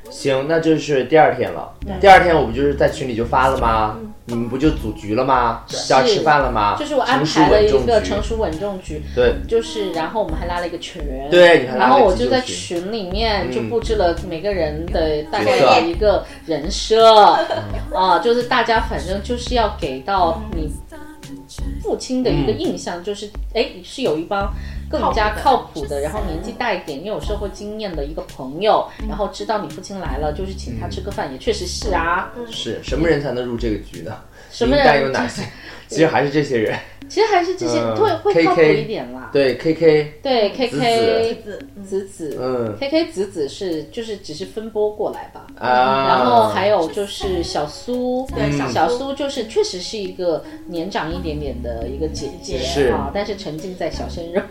S1: 行，那就是第二天了。第二天我不就是在群里就发了吗？你们不就组局了吗？就要吃饭了吗？
S2: 嗯就是我安
S1: 成熟
S2: 排了
S1: 稳
S2: 一
S1: 重
S2: 个
S1: 局
S2: 成熟稳重局，
S1: 对
S2: 就是，然后我们还拉了一个群，
S1: 对你还拉了
S2: 然后我
S1: 急
S2: 就
S1: 救
S2: 在
S1: 群嗯
S2: 群里面就布置了每个人的大概
S1: 角色嗯
S2: 的一个人设，啊、就是大家反正就是要
S1: 嗯
S2: 给到你父亲的一个印象，就是哎是有一帮更加靠谱的，然后年纪大一点，你有社会经验的一个朋友，
S1: 嗯
S2: 然后知道你父亲来了，就是请他吃个饭，也确实是啊。
S1: 是什么人才能入这个局呢？
S2: 什么
S1: 林丹嗯有
S2: 人？
S1: 哪些？其实还是这些 人，
S2: 其实还是这些
S1: 嗯
S2: 会会靠谱
S1: KK
S2: 一点啦。
S1: 对 KK，
S2: 对
S1: 子
S2: ，K
S3: 子
S2: K 子子
S1: 嗯
S2: ，K K 子子是就是只是分拨过来吧。
S1: 啊，
S2: 然后还有就是小苏，嗯
S3: 对小苏
S2: 小苏就是确实是一个年长一点点的一个姐姐
S1: 是
S2: 啊，但是沉浸在小鲜 肉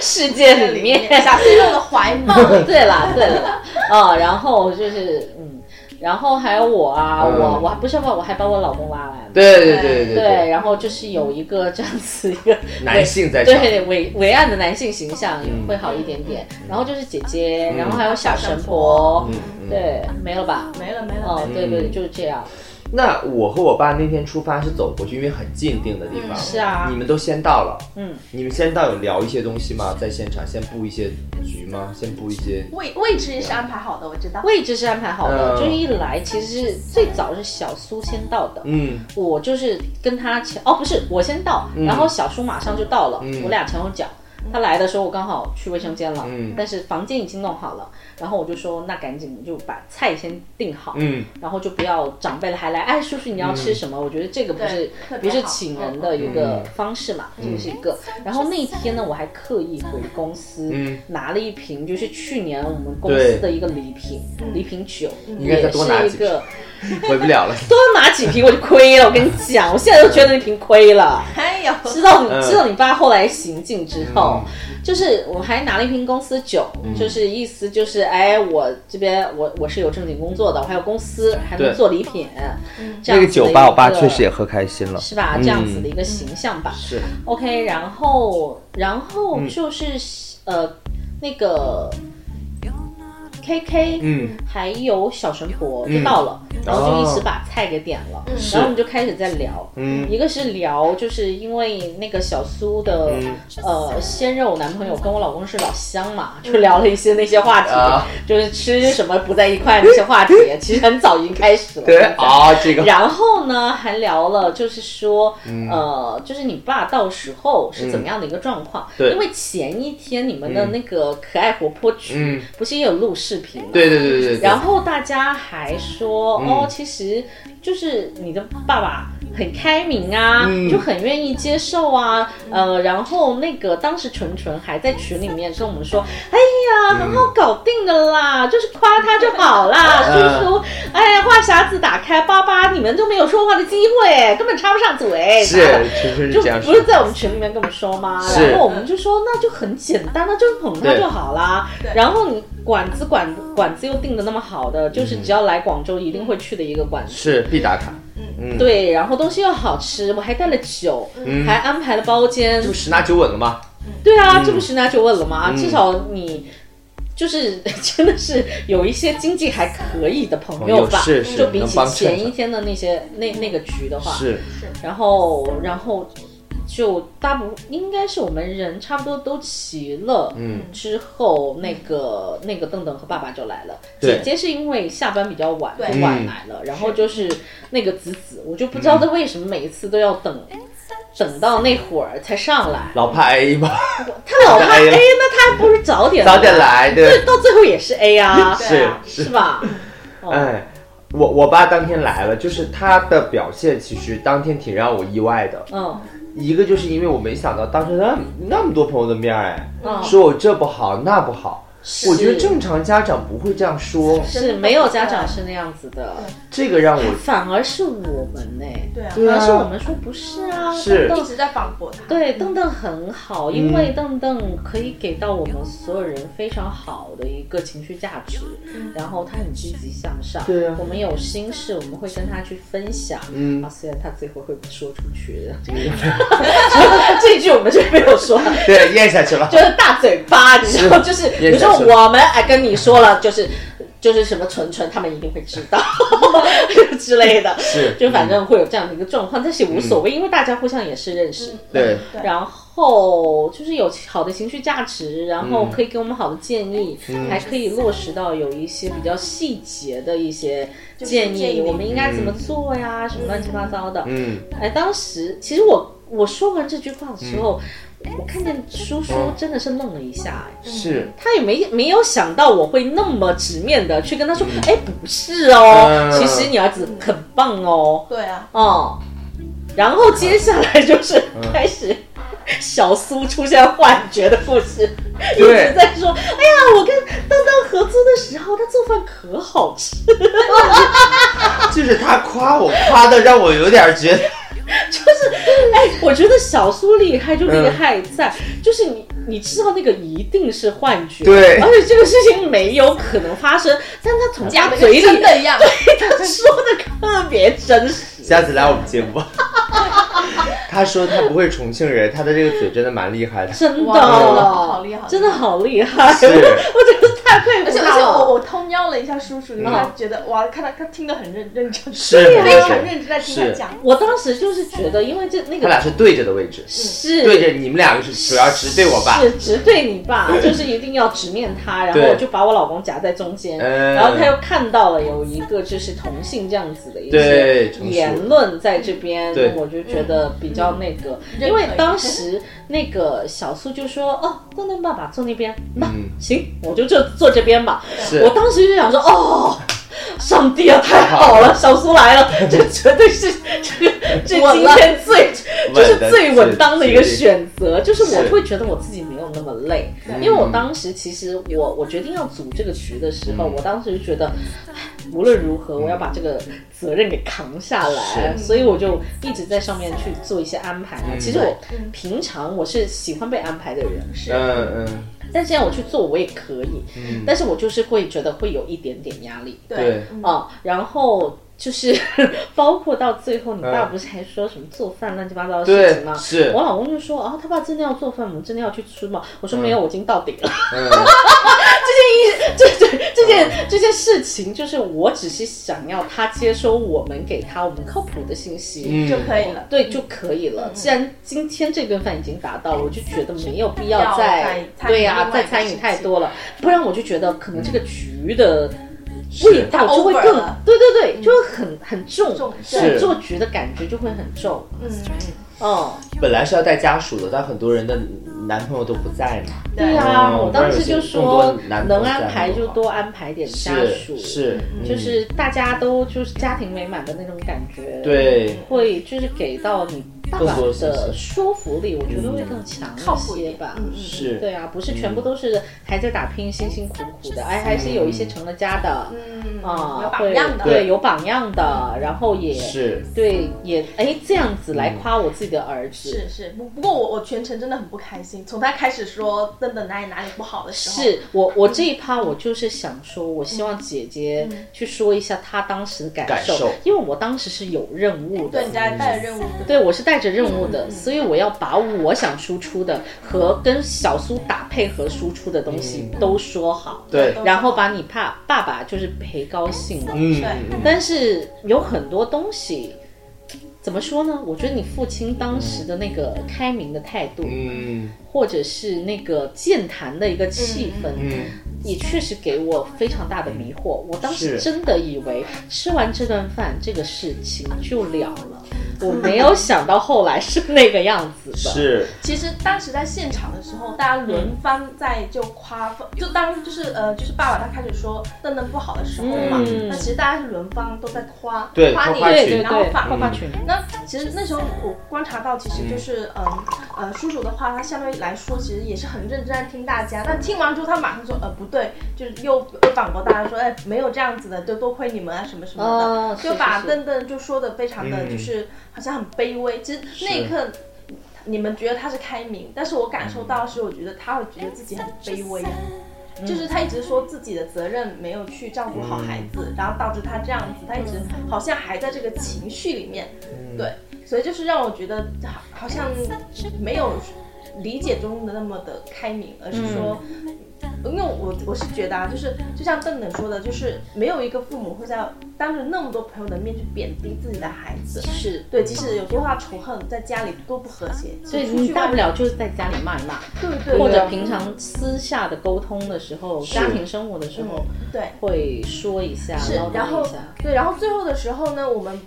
S2: 世界里面。
S3: 小鲜肉的怀 抱，
S2: 对啦，对啦，啊、然后就是嗯，然后还有我啊，
S1: 嗯
S2: 我我还不是把我还把我老公拉来了。
S1: 对对对对
S2: 对然后就是有一个这样子一个
S1: 男性在场，
S2: 对伟伟岸的男性形象也会好一点点，然后就是姐姐，然后还有小神婆，
S1: 嗯
S2: 对，没了吧？
S3: 没了没了，
S2: 哦，
S3: 没了
S2: 对对，就是这样。
S1: 那我和我爸那天出发是走过去，因为很近定的地方。
S3: 嗯
S2: 是啊
S1: 你们都先到了。
S2: 嗯，
S1: 你们先到有聊一些东西吗？在现场先布一些局吗？先布一些。
S3: 位位置也是安排好的，我知道。
S2: 位置是安排好的，
S1: 嗯
S2: 就是一来其实是最早是小苏先到的，
S1: 嗯
S2: 我就是跟他前哦不是我先到，然后小叔马上就到了，我俩前后脚。他来的时候，我刚好去卫生间了，
S1: 嗯
S2: 但是房间已经弄好了，然后我就说，那赶紧就把菜先定好，
S1: 嗯，
S2: 然后就不要长辈了还来，哎，叔叔你要吃什么？我觉得这个不是
S3: 对特
S2: 不
S3: 别好嗯
S2: 是请人的一
S1: 嗯
S2: 个方式嘛，这个是一个。然后那天呢，我还刻意回公司、
S1: 嗯
S2: 拿了一瓶，就是去年我们公司的一个礼品，
S3: 嗯
S2: 礼品酒，
S1: 应该再
S2: 也
S1: 多拿
S2: 是
S1: 几
S2: 一个
S1: 嗯回不了了。
S2: 多拿几瓶我就亏了。我跟你讲，我现在都觉得那瓶亏了。
S3: 哎呦，
S2: 知道你
S1: 嗯
S2: 知道你爸后来行径之后，就是我还拿了一瓶公司酒，
S1: 嗯
S2: 就是意思就是，哎，我这边我我是有正经工作的，我还有公司，还能做礼品，这
S1: 那
S2: 样
S1: 个
S2: 子的
S1: 酒
S2: 一
S1: 吧，我爸确实也喝开心了。
S2: 是吧？
S1: 嗯
S2: 这样子的一个形象吧。
S1: 是
S2: OK，然后然后就是、呃那个 KK，
S1: 嗯，哦
S2: 还有小神婆就到了，然后就一直把菜给点了，然后我们就开始在聊，
S1: 嗯
S2: 一个是聊，就是因为那个小苏的、
S1: 嗯
S2: 呃鲜肉男朋友跟我老公是老乡嘛，就聊了一些那些话题，
S1: 嗯啊
S2: 就是吃什么不在一块那 些话题，其实很早已经开始了，
S1: 对啊，这个嗯
S2: 然后呢，还聊了，就是说，呃，就是你爸到时候是怎么样的一个状况？
S1: 嗯对
S2: 因为前一天你们的那个可爱活泼
S1: 嗯
S2: 局，不是也有录视频吗？
S1: 对对对对对。嗯
S2: 然后大家还说、哦，其实就是你的爸爸很开明啊，
S1: 嗯
S2: 就很愿意接受啊，呃，然后那个当时纯纯还在群里面跟我们说，哎
S1: 嗯
S2: 呀，很好搞定的啦，就是夸他就好啦，
S1: 嗯
S2: 叔叔， 哎呀，话匣子打开，爸爸你们都没有说话的机会，根本插不上嘴，
S1: 是
S2: 啥的，
S1: 纯纯是
S2: 就
S1: 这样
S2: 不
S1: 说
S2: 是。在我们群里面跟我们说吗？
S1: 是
S2: 然后我们就说那就很简单，那就是捧他
S1: 对
S2: 就好啦。然后你馆子馆馆子又定的那么好
S1: 嗯
S2: 的，就是只要来广州一定会去的一个馆子。
S1: 是必打卡。嗯，
S2: 对，然后东西又好吃，我还带了酒，还安排了包间
S1: 这不。十拿九稳了吗？
S2: 对
S1: 嗯
S2: 啊，这不十拿九稳了吗？至少你。就是 真的是有一些经济还可以的朋友吧，
S1: 朋友是是
S2: 就比
S1: 能
S2: 起
S1: 帮衬
S2: 前
S1: 上
S2: 一天的那些那那个局的话，
S1: 是，
S2: 然后然后就大部应该是我们人差不多都齐了，嗯，之后那个那个邓邓和爸爸就来了，
S1: 对嗯
S2: 姐姐是因为下班比较晚
S3: 对
S2: 就晚来了，然后就是那个子子，我就不知道他为什么每一次都要等。等到那会儿才上来，
S1: 老怕 A 吧，
S2: 他老怕
S1: 哎
S2: A，
S1: 呀
S2: 那他还不如早点
S1: 早点，来，对
S2: 对，，到最后也是 A 啊，
S3: 对 啊
S1: 是
S2: 是吧？哦
S1: 哎，我我爸当天来了，就是他的表现，其实当天挺让我意外的。
S2: 嗯，
S1: 一个就是因为我没想到当时那那么多朋友的面儿，哎，
S2: 嗯
S1: 说我这不好那不好，
S2: 是
S1: 我觉得正常家长不会这样说，
S2: 是没有家长是那样子的，
S1: 这个让我
S2: 反而是我们呢、
S3: 对啊，
S1: 对
S2: 而是我
S1: 啊，
S2: 们说不是啊，
S1: 是嗯
S2: 邓
S3: 一
S2: 邓
S3: 直在反驳他。
S2: 对邓邓很好，因为邓邓可以给到我们所有人非常好的一个情绪价值，
S3: 嗯
S2: 然后他很积极向上。
S1: 对啊
S2: 我们有心事，我们会跟他去分享。
S1: 嗯
S2: 啊，虽然他最后会说出去的， 这一句我们就没有说。
S1: 对，咽下去了
S2: 就，是 大嘴巴，你知道，就是比如说
S1: 也是
S2: 我们哎跟你说了，就是就是什么纯纯，他们一定会知道 之类的，
S1: 是嗯
S2: 就反正会有这样的一个状况，但是也无所谓，因为大家互相也是认识，
S1: 对，
S3: 对
S2: 然后就是有好的情绪价值，然
S1: 嗯
S2: 后可以给我们好的建议，还可以落实到有一些比较细节的一些建议，
S3: 建议
S2: 我们应该怎么做呀，什么乱七八糟的，
S1: 嗯
S2: 哎，当时其实我我说完这句话的时候，我看见叔叔真的是愣了一下，哎
S1: 是
S2: 他也没没有想到我会那么直面的去跟他说，哎、不是哦，
S1: 嗯
S2: 其实你儿子很棒哦，
S3: 对啊，
S2: 哦、然后接下来就是 开始。小苏出现幻觉的故事，一直在说：“哎呀，我跟当当合租的时候，他做饭可好吃，
S1: 就是他夸我夸的让我有点觉得，
S2: 就是哎，我觉得小苏厉害就
S1: 嗯
S2: 厉害在，就是你你知道那个一定是幻觉，
S1: 对
S2: 而且这个事情没有可能发生，但他从
S3: 讲
S2: 他
S3: 的
S2: 嘴
S3: 跟真
S2: 里
S3: 的一样，
S2: 他说的特别真实，
S1: 下次来我们节目吧。 他说他不会重庆人，他的这个嘴真的蛮厉害的。
S2: 真的，
S3: 哇好厉害好厉害
S2: 真的好厉害，
S1: 是
S2: 我我真的太佩
S3: 而
S2: 服
S3: 且而
S2: 他
S3: 且我
S2: 了。
S3: 我偷瞄了一下叔叔，因为他觉得哇，看他他听得很认认真，
S1: 嗯是啊
S3: 非常认真在听他
S1: 是，
S3: 讲，
S2: 我当时就是觉得，因为这那
S1: 他俩
S2: 个
S1: 是对着的位置，
S2: 是
S1: 对着你们两个是主要直对我爸。
S2: 是直对你 爸，就是一定要直面他，然后
S1: 对
S2: 我就把我老公夹在中间，
S1: 嗯
S2: 然后他又看到了有一个就是同性这样子的一
S1: 对
S2: 些
S1: 陈述
S2: 言论在这边，
S1: 对
S2: 我就觉得比较那个，
S3: 嗯
S2: 因为当时那个小苏就说：“哦，东东爸爸坐那边，那、
S1: 嗯
S2: 行，我就坐坐这边吧。”
S1: 是
S2: 我当时就想说：“哦。”上帝啊，太好了，小苏来了，这绝对是这个这
S3: 稳
S2: 今
S3: 了
S2: 天最就
S1: 稳
S2: 是
S1: 的
S2: 最稳当的一个
S1: 是是
S2: 选择，就是我
S1: 是
S2: 会觉得我自己没有那么累，因为我当时其实我我决定要组这个局的时候，
S1: 嗯
S2: 我当时就觉得，唉无论如何我要把这个责任给扛下来，
S1: 是
S2: 所以我就一直在上面去做一些安排啊。
S1: 嗯
S2: 其实我平常我是喜欢被安排的人，
S1: 嗯嗯，
S2: 但现在我去做我也可以，但是我就是会觉得会有一点点压力。
S1: 对，
S2: 啊，然后就是 包括到最后，你爸
S1: 嗯
S2: 不是还说什么做饭乱七八糟的
S1: 对
S2: 事情吗？
S1: 是
S2: 我老公就说啊，他爸真的要做饭吗，我们真的要去吃吗？我说没有，我已经到顶了。
S1: 嗯，
S2: 这这这件、这件事情，就是我只是想要他接收我们给他我们靠谱的信息。
S1: 嗯
S3: 就可以了。
S2: 对就可以了。既然今天这顿饭已经达
S1: 嗯
S2: 到了，我就觉得没有必要
S3: 要
S2: 再
S3: 再
S2: 对呀、
S3: 参与另外
S2: 再
S3: 一个
S2: 参与
S3: 事情
S2: 太多了，不然我就觉得可能这个局的味道就会
S3: 太 over
S2: 更
S3: 了嗯
S2: 对对对，就会很很重，
S3: 重
S2: 对
S1: 是
S2: 做局的感觉就会很重。
S3: 嗯，
S2: 嗯，
S3: 哦
S1: 本来是要带家属的，但很多人的男朋友都不在嘛。
S2: 对啊呀、
S1: 嗯
S2: 我当时就
S1: 当然有
S2: 说
S1: 更多男
S2: 能
S1: 同
S2: 安
S1: 在
S2: 排
S1: 的
S2: 就
S1: 话
S2: 多安排点家属，
S1: 是是，嗯
S2: 就是大家都就是家庭美满的那种感觉，，
S1: 对，
S2: 会就是给到你爸
S1: 更
S2: 爸
S1: 多信
S2: 的
S1: 息
S2: 说服力，我觉得会更强
S3: 靠
S2: 一
S3: 谱一
S2: 些
S3: 点
S2: 吧。
S3: 嗯嗯，
S1: 是，
S2: 对啊，不是全部都是还在打拼、辛辛苦苦的，哎，还是有一些成了家的，
S3: 嗯
S2: 啊，
S3: 有榜
S2: 会
S3: 样的，
S2: 对，有榜样的，然后也
S1: 是，
S2: 对，也哎这样子来夸我自己的儿子，
S3: 是是，不不过我我全程真的很不开心，从他开始说等等哪里哪里不好的时候，
S2: 是我
S3: 嗯
S2: 我这一趴，我就是想说，我希望姐姐去说一下她当时的感
S1: 感受
S2: 因为我当时是有任务的
S3: 对，你。在嗯带着任务，
S2: 对，我是带着任务的，所以我要把我想输出的和跟小苏打配合输出的东西都说好，
S1: 嗯对
S2: 然后把你爸爸爸就是陪高兴了。
S1: 嗯，
S3: 对
S1: 嗯
S2: 但是有很多东西，怎么说呢？我觉得你父亲当时的那个开明的态度，
S1: 嗯
S2: 或者是那个健谈的一个气氛，
S1: 嗯
S2: 也确实给我非常大的迷惑。我当时
S1: 是
S2: 真的以为吃完这顿饭这个事情就了了，我没有想到后来是那个样子的。
S1: 是，
S3: 其实当时在现场的时候，大家轮番在就夸，就当就是呃，就是爸爸他开始说邓邓不好的时候嘛，
S2: 嗯
S3: 那其实大家是轮番都在夸，
S1: 对
S3: 夸你，
S1: 夸
S2: 对对
S1: 群
S2: 对，嗯
S3: 然后反
S1: 嗯
S2: 夸夸群，
S3: 那其实那时候我观察到，其实就是嗯呃叔叔的话，他相对来说其实也是很认真在听大家，但听完之后他马上说呃不对，就是又又反驳大家说哎没有这样子的，就多亏你们啊什么什么的，
S2: 哦
S3: 就是把
S2: 是是
S3: 邓邓就说的非常的
S1: 嗯
S3: 就是好像很卑微，其实那一刻。你们觉得他是开明，但是我感受到的是，我觉得他会觉得自己很卑微啊，就是他一直说自己的责任没有去照顾好孩子，然后导致他这样子，他一直好像还在这个情绪里面，对，所以就是让我觉得好好像没有理解中的那么的开明，而是说。
S2: 嗯
S3: 因为我我是觉得啊，就是就像邓邓说的，就是没有一个父母会在当着那么多朋友的面去贬低自己的孩子，
S2: 是。
S3: 对，即使有多大仇恨，在家里多不和谐，
S2: 所以
S3: 出
S2: 你
S3: 去
S2: 大
S3: 外
S2: 不
S3: 面，
S2: 了就是在家里骂一骂，
S3: 对对，
S2: 或
S3: 对
S2: 者平常私下的沟通的时候，家庭生活的时候
S3: 嗯对。
S2: 会说一下，
S3: 是
S2: 唠，
S3: 然
S2: 叨
S3: 后
S2: 一下。
S3: 对，然后最后的时候呢，我们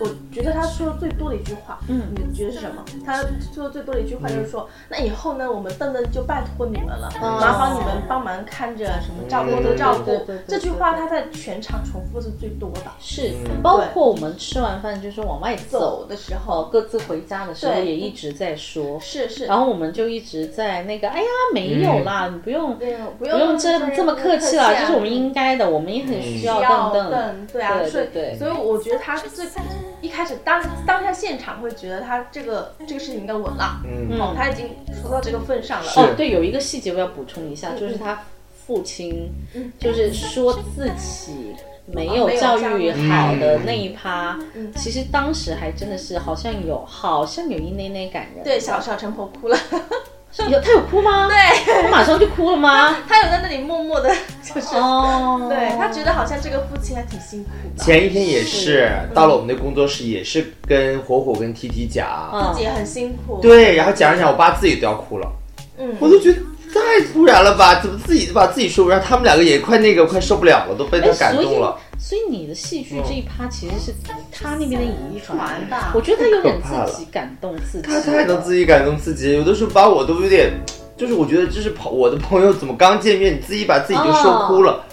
S3: 我觉得他说最多的一句话，嗯，你们觉得是什么？他说最多的一句话就是说，那以后呢，我们邓邓就拜托你们了，麻烦你们帮忙看着什么照顾多照顾
S2: 嗯对对对对。
S3: 这句话他在全场重复是最多的。
S2: 是，
S3: 嗯
S2: 包括我们吃完饭就是往外走的时候，哦各自回家的时候
S3: 对
S2: 也一直在说。
S3: 是是，
S2: 然后我们就一直在那个，哎呀，没有啦，你不用
S3: 嗯对不
S2: 不
S3: 用
S2: 用这
S3: 不用
S2: 这么客气啦，
S3: 客气啊啊
S2: 这是我们应该的，我们也很需要
S3: 要
S2: 邓
S3: 邓，
S2: 邓，
S3: 对啊，
S2: 对
S3: 所以
S2: 对对
S3: 所以我觉得他最一开始当当下现场会觉得他这个这个事情应该稳了，
S1: 嗯
S3: 哦，他已经说到这个份上了，
S1: 是
S2: 哦，对，有一个细节我要补充一下，
S3: 嗯
S2: 就是他父亲，就是说自己没
S3: 哦
S2: 有教育好的那一趴，
S3: 嗯
S2: 其实当时还真的是好像有，好像有一内内感人。
S3: 对，小小陈婆哭了，
S2: 有他有哭吗？对，他马上就哭了吗？
S3: 他有在那里默默的，就是、
S2: 哦，
S3: 对他觉得好像这个父亲还挺辛苦的，
S1: 前一天也是到了我们的工作室，也是跟火火跟 T T
S2: 嗯
S1: 讲，
S3: 自己也很辛苦，，
S1: 对，然后讲着讲，我爸自己都要哭了，
S3: 嗯，
S1: 我都觉得太突然了吧，怎么自己把自己说不让，他们两个也快那个快受不了了，都被他感动了。
S2: 哎
S1: 嗯
S2: 所以你的戏剧这一趴其实是他那边的遗传
S3: 传吧
S2: 我觉得他有点
S1: 太可怕了
S2: 自己感动自己
S1: 他
S2: 了，
S1: 太能自己感动自己，有的时候把我都有点，就是我觉得这是朋我的朋友怎么刚见面，你自己把自己就说哭了，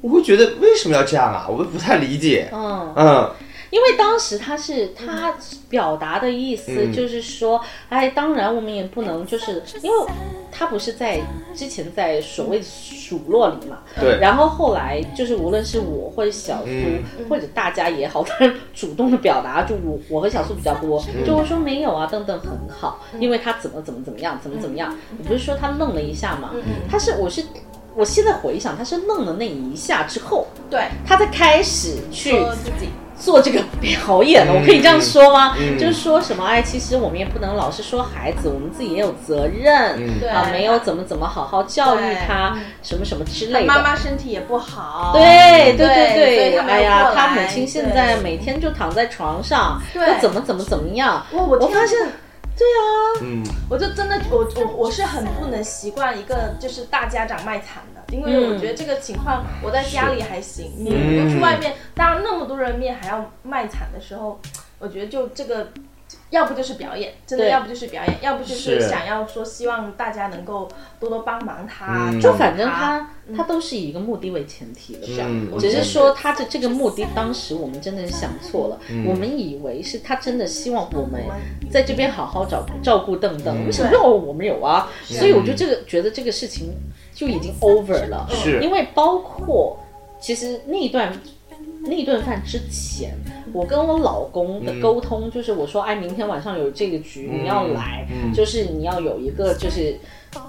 S1: 我会觉得为什么要这样啊？我都不太理解。
S2: 嗯。
S1: 嗯，
S2: 因为当时他是他表达的意思就是说，哎，当然我们也不能就是因为他不是在之前在所谓数落里嘛，
S1: 对
S2: 然后后来就是无论是我或者小苏、或者大家也好，但是主动的表达就我我和小苏比较多，就会说没有啊，邓邓很好，因为他怎么怎么怎么样，怎么怎么样，你不是说他愣了一下
S3: 嗯
S2: 嘛，他是我是我现在回想，他是愣了那一下之后，
S3: 对，
S2: 他才开始去
S3: 说自己，
S2: 做这个表演了，我可以这样说吗？
S1: 嗯
S2: 就是说什么哎，其实我们也不能老是说孩子，我们自己也有责任、
S1: 嗯
S3: 对
S2: 啊，没有怎么怎么好好教育他
S3: 对，
S2: 什么什么之类的。
S3: 妈妈身体也不好，
S2: 对对
S3: 对所
S2: 对
S3: 以他没有
S2: 哎呀
S3: 过，来
S2: 他母亲现在每天就躺在床上，
S3: 对
S2: 要怎么怎么怎么样。
S3: 哇我
S2: 我
S3: 天啊
S2: 发现，对啊，
S1: 嗯，
S3: 我就真的，我我我是很不能习惯一个就是大家长卖惨的，因为我觉得这个情况我在家里还行，你如果去外面当那么多人面还要卖惨的时候，我觉得就这个，要不就是表演，真的
S2: 对
S3: 要不就是表演，要不就是
S1: 是
S3: 想要说希望大家能够多多帮忙他，
S1: 嗯
S3: 照
S2: 就
S3: 顾
S2: 反正
S3: 他
S2: 他他都是以一个目的为前提的，这样
S1: 嗯我
S2: 只
S1: 觉
S2: 是
S1: 得
S2: 说他的这个目的，当时我们真的是想错了，
S1: 嗯
S2: 我们以为是他真的希望我们在这边好好照照顾邓邓，
S1: 嗯
S2: 为什么哦我们有啊？所以我就这个觉得这个事情就已经 over 了，
S1: 是
S2: 因为包括其实那一段。那一顿饭之前，我跟我老公
S1: 嗯
S2: 的沟通就是，我说，哎，明天晚上有这个局，你要来，
S1: 嗯
S2: 就是你要有一个就是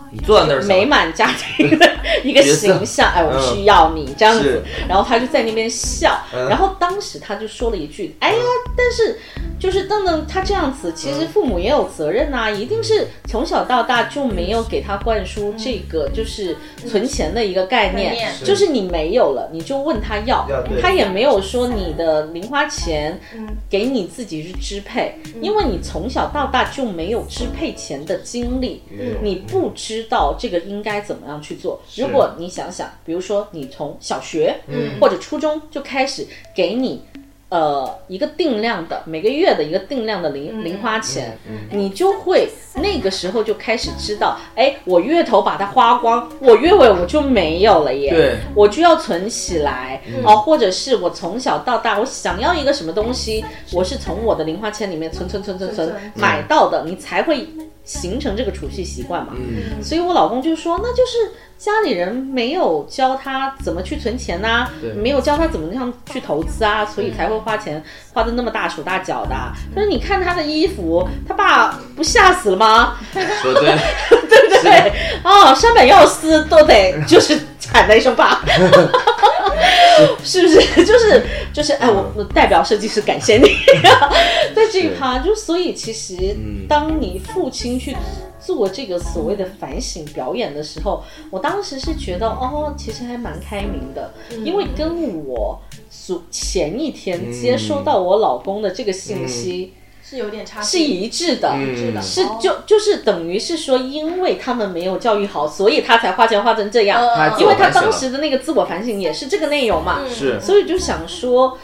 S1: 你坐在那儿想
S2: 美满家庭
S1: 嗯
S2: 的 一个形象，哎，我需要你这样子
S1: 是。
S2: 然后他就在那边笑，
S1: 嗯
S2: 然后当时他就说了一句：“哎呀，但是就是邓邓他这样子，其实父母也有责任呐、一定是从小到大就没有给他灌输这个就是存钱的一个概念
S3: 概念，
S1: 是嗯
S2: 就是你没有了你就问他要
S1: 要对，
S2: 他也没有说你的零花钱
S3: 嗯
S2: 给你自己去支配，因为你从小到大就没有支配钱的经历。”
S1: 嗯
S2: 你不知道这个应该怎么样去做。如果你想想，比如说你从小学，嗯，或者初中就开始给你。呃，一个定量的每个月的一个定量的零零花钱，你就会那个时候就开始知道，哎，我月头把它花光，我月尾我就没有了耶。
S1: 对
S2: 我就要存起来哦，或者是我从小到大，我想要一个什么东西，我是从我的零花钱里面存存存存存
S3: 存存
S2: 买到的，你才会形成这个储蓄习惯嘛。
S1: 嗯
S2: 所以我老公就说，那就是家里人没有教他怎么去存钱呐、没有教他怎么样去投资啊，所以才会花钱花的那么大手大脚的啊。可是你看他的衣服，他爸不吓死了吗？
S1: 说对了，
S2: 对不对？哦，山本耀司都得就是喊了一声爸，是不是？ 就是就是，哎，我我代表设计师感谢你，在这一趴，就所以其实当你父亲去。做这个所谓的反省表演的时候，我当时是觉得哦，其实还蛮开明的，因为跟我所前一天接收到我老公的这个信息
S3: 是有点差
S2: 是
S3: 距，
S2: 一致的，
S1: 嗯
S3: 的
S2: 是就就是等于是说，因为他们没有教育好，所以他才花钱花成这样。
S3: 呃
S1: 自
S2: 因
S1: 我
S2: 为他
S1: 反省了
S2: 当时的那个自我反省也是这个内容嘛，
S3: 嗯
S1: 是
S2: 所以就想说，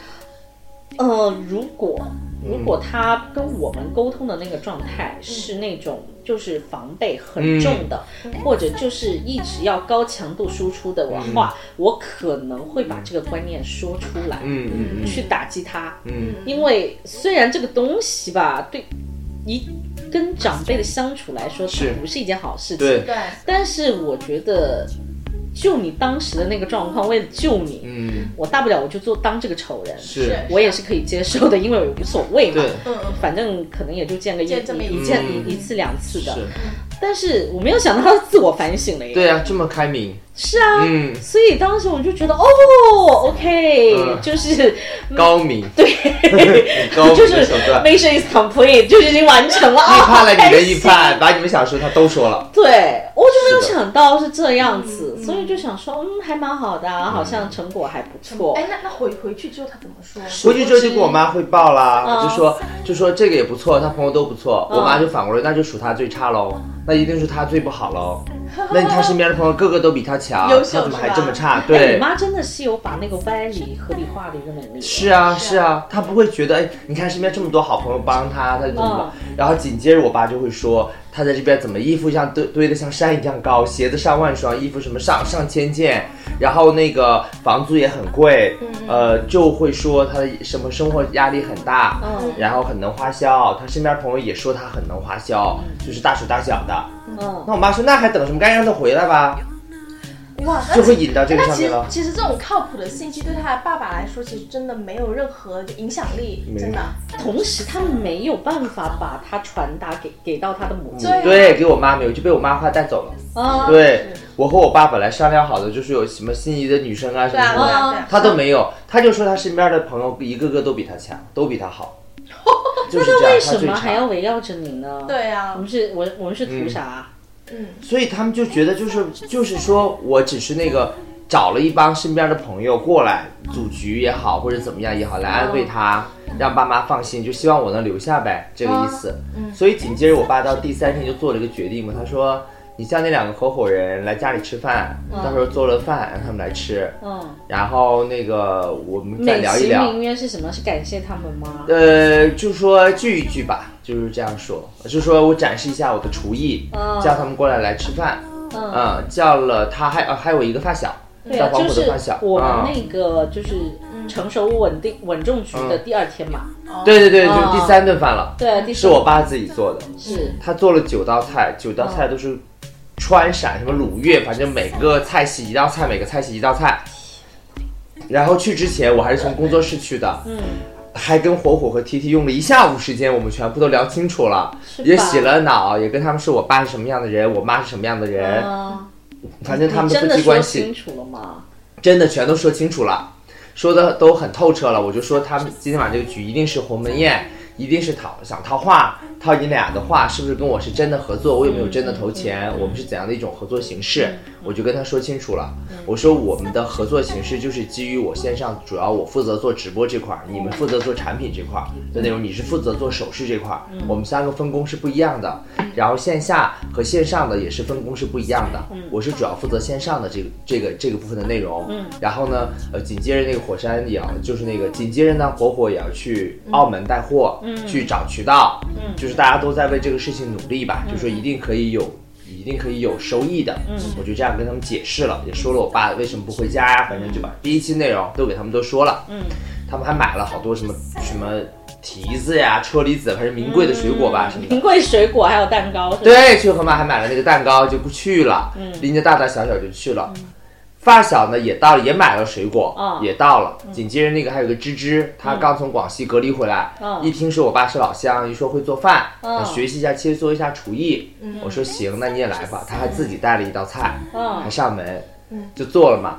S2: 呃，如果如果他跟我们沟通的那个状
S1: 嗯
S2: 态是那种就是防备很重的，或者就是一直要高强度输出的话，我可能会把这个观念说出来，
S1: 嗯嗯嗯
S2: 去打击他。
S1: 嗯
S2: 因为虽然这个东西吧，对一跟长辈的相处来说，
S1: 是
S2: 它不是一件好事情。
S1: 对，
S3: 对，
S2: 但是我觉得，就你当时的那个状况，为了救你，
S1: 嗯
S2: 我大不了我就做当这个仇人，
S1: 是
S3: 是
S2: 我也是可以接受的，因为无所谓嘛
S1: 对。
S3: 嗯嗯，
S2: 反正可能也就见个一
S3: 见这么
S2: 一
S3: 一
S2: 一
S3: 次
S2: 见
S1: 嗯
S2: 一一次两次的，
S1: 是，
S2: 但是我没有想到他自我反省了耶。
S1: 对啊，这么开明，
S2: 是啊，
S1: 嗯，
S2: 所以当时我就觉得哦，OK，、
S1: 嗯哦
S2: 就是
S1: 高 明，对， 高明
S2: 就是
S1: 的手段，
S2: mission is complete，就是已经完成了啊，
S1: 预判了你
S2: 开
S1: 的
S2: 心
S1: 预判，把你们想说他都说了，
S2: 对，我就没有
S1: 是的
S2: 想到是这样
S1: 嗯
S2: 子，所以就想说，嗯，还蛮好的、啊，好像成果还不错。
S3: 哎，那那回回去之后他怎么说？
S1: 回去之后就跟我妈汇报啦，
S2: 嗯
S1: 我就说就说这个也不错，他朋友都不错，我妈就反过来，那就数他最差喽，那一定是他最不好喽，那你他身边的朋友个个都比他强，
S3: 优秀
S1: 他怎么还
S3: 是吧
S1: 这么差？
S2: 哎
S1: 对
S2: 你，妈真的是有把那个歪理合理化的一个能力。
S1: 是啊，
S3: 是
S1: 是
S3: 啊
S1: 啊，他不会觉得，哎，你看身边这么多好朋友帮他，他就怎
S3: 嗯
S1: 么了？然后紧接着我爸就会说，他在这边怎么衣服像堆堆的像山一样高，鞋子上万双，衣服什么上上千件，然后那个房租也很贵，
S3: 嗯
S1: 呃，就会说他的什么生活压力很大，
S2: 嗯
S1: 然后很能花销，他身边朋友也说他很能花销，就是大手大脚的。
S2: 嗯，
S1: 那我妈说，那还等什么？该让他回来吧，
S3: 哇，那
S1: 就会引到这个
S3: 那
S1: 上
S3: 其
S1: 面
S3: 实啊
S1: 了。
S3: 其实这种靠谱的信息对他的爸爸来说，其实真的没有任何影响力，
S1: 没有
S3: 真的。
S2: 同时她没有办法把它传达给给到她的母亲。
S3: 对啊
S1: 对，给我妈没有，就被我妈话带走了。
S2: 啊，
S1: 对我和我爸本来商量好的，就是有什么心仪的女生啊什
S3: 对
S1: 么
S3: 啊，
S1: 什
S3: 对
S1: 么的，
S3: 啊，对啊
S1: 他都没有，他就说他身边的朋友一个个都比他强，都比他 好，就是这
S2: 那
S1: 样，他
S2: 为什
S1: 最
S2: 么还要
S1: 差。
S2: 围绕着你呢？，
S3: 对
S2: 我
S3: 啊
S2: 们，是，我我们是图啥啊？
S3: 嗯，
S1: 所以他们就觉得就是就是说我只是那个找了一帮身边的朋友过来组局也好，或者怎么样也好，来安慰他，
S2: 嗯
S1: 让爸妈放心，就希望我能留下呗，这个意思。
S2: 嗯
S1: 所以紧接着我爸到第三天就做了一个决定嘛，他说你叫那两个合伙人来家里吃饭，到时候做了饭让他们来吃。
S2: 嗯，
S1: 然后那个我们再
S2: 美
S1: 聊一
S2: 其
S1: 聊，
S2: 名曰是什么？是感谢他们吗？
S1: 呃，就说聚一聚吧，就是这样说，就说我展示一下我的厨艺，
S2: 嗯
S1: 叫他们过来来吃饭，
S2: 嗯
S1: 嗯，叫了他还呃还有一个发小，
S2: 对
S1: 叫
S2: 啊，
S1: 黄
S2: 就
S1: 浦的
S2: 是
S1: 发小，
S2: 我们
S1: 嗯，
S2: 那个就是成熟稳定稳重局的第二天嘛。
S1: 对对对，就是
S2: 哦
S1: 第三顿饭了，
S2: 对，第
S1: 是
S2: 四
S1: 我爸自己做的，
S2: 是
S1: 他做了九道菜，九道
S2: 哦
S1: 菜都是川陕什么鲁粤，反正每个菜系一道菜，每个菜系一道菜。然后去之前，我还是从工作室去的，嗯，还跟火火和 T T 用了一下午时间，我们全部都聊清楚了，
S2: 吧
S1: 也洗了脑，也跟他们说我爸是什么样的人，我妈是什么样的人，
S2: 啊，
S1: 反正他们
S2: 你
S1: 的
S2: 真
S1: 夫
S2: 的
S1: 妻
S2: 说
S1: 关系
S2: 清楚了吗？
S1: 真的全都说清楚了，说的都很透彻了。我就说他们今天晚上这个局一定是鸿门宴，一定是套想套话，套你俩的话，是不是跟我是真的合作？我有没有真的投钱？我们是怎样的一种合作形式？我就跟他说清楚了。我说我们的合作形式就是基于我线上，主要我负责做直播这块儿，你们负责做产品这块儿的内容，你是负责做首饰这块儿。我们三个分工是不一样的，然后线下和线上的也是分工是不一样的。我是主要负责线上的这个这个这个部分的内容。然后呢，呃，紧接着那个火山也要，就是那个紧接着呢，火火也要去澳门带货，去找渠道，就是大家都在为这个事情努力吧，就说一定可以有。一定可以有收益的，嗯，我就这样跟他们解释了，也说了我爸为什么不回家呀、反正就把第一期内容都给他们都说了，嗯，他们还买了好多什么什么提子呀、车厘子，还是名贵的水果吧、什么的
S2: 名，贵水果还有蛋糕是吧？
S1: 对，啊去盒马还买了那个蛋糕，就去了，
S2: 嗯
S1: 拎着大大小小就去了。发小呢也到了，也买了水果，
S2: 嗯
S1: 也到了。紧接着那个还有个芝芝，她刚从广西隔离回来，
S2: 嗯
S1: 一听说我爸是老乡，一说会做饭，
S2: 嗯
S1: 想学习一下切磋一下厨艺。我说行，那你也来吧。他还自己带了一道菜，
S2: 嗯
S1: 还上门，就做了嘛。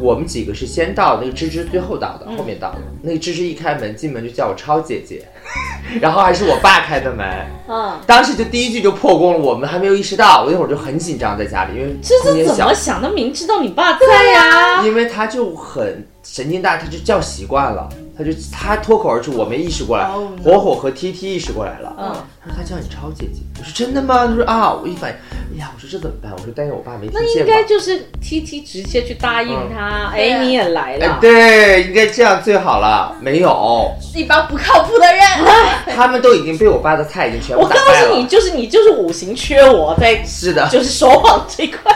S1: 我们几个是先到，那个芝芝最后到
S2: 嗯
S1: 的，后面到的。那个芝芝一开门进门就叫我超姐姐， 然后还是我爸开的门。
S2: 嗯，
S1: 当时就第一句就破功了，我们还没有意识到。我一会儿就很紧张在家里，因为
S2: 这
S1: 空间
S2: 是怎
S1: 小啊
S2: 么，想的？明知道你爸在呀，
S1: 因为他就很神经大，他就叫习惯了，他就他脱口而出，我没意识过来
S3: 哦，
S1: 火火和 T T 意识过来了。
S2: 嗯，
S1: 他说他叫你超姐姐，我说真的吗？他说啊，我一反应，哎呀，我说这怎么办？我说但是我爸没听
S2: 那
S1: 见
S2: 应
S1: 吧
S2: 该。就是 T T 直接去答应他，哎、
S3: 对
S2: 你也来了，
S1: 哎，对，应该这样最好了。没有，
S3: 一帮不靠谱 的人。
S1: 他们都已经被我爸的菜已经全部
S2: 我
S1: 打
S2: 告
S1: 败
S2: 诉
S1: 了。
S2: 你，就是你就是五行缺我 在，
S1: 是的，
S2: 就是说谎这一块。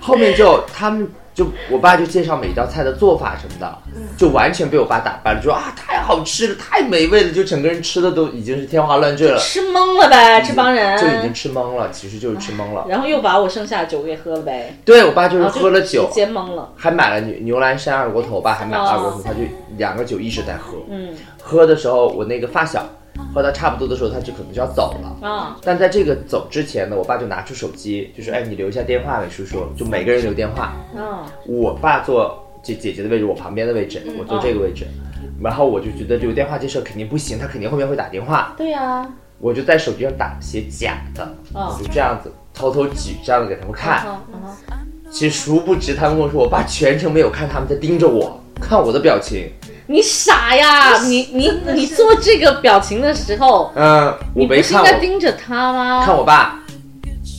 S1: 后面就他们就我爸就介绍每一道菜的做法什么的，
S2: 嗯
S1: 就完全被我爸打败了，就说啊太好吃了，太美味了，就整个人吃的都已经是天花乱坠了，
S2: 吃懵了呗，这帮人啊
S1: 就已经吃懵了，其实就是吃懵了。
S2: 然后又把我剩下的酒给喝了呗，
S1: 对我爸就是
S2: 然后就
S1: 喝了酒
S2: 直，接懵了。
S1: 还买了牛牛栏山二锅头，我爸还买了二锅头，
S2: 哦
S1: 他就两个酒一直在喝。
S2: 嗯
S1: 喝的时候，我那个发小喝到差不多的时候，他就可能就要走了。
S2: 啊，
S1: 但在这个走之前呢，我爸就拿出手机，就说：“哎，你留一下电话给叔叔。”就每个人留电话。
S2: 嗯，
S1: 我爸坐姐姐姐的位置，我旁边的位置，我坐这个位置。
S2: 嗯
S1: 然后我就觉得留电话这事儿肯定不行，他肯定后面会打电话，
S2: 对呀，
S1: 我就在手机上打写假的，
S2: 哦
S1: 我就这样子偷偷举这样子给他们看。
S2: 嗯嗯
S1: 其实殊不知，他们跟我说，我爸全程没有看，他们在盯着我，看我的表情。
S2: 你傻呀！你你
S3: 真的是
S2: 你做这个表情的时候，
S1: 嗯，我
S2: 你不
S1: 没
S2: 是
S1: 看
S2: 应该
S1: 我，
S2: 盯着他吗？
S1: 看我爸，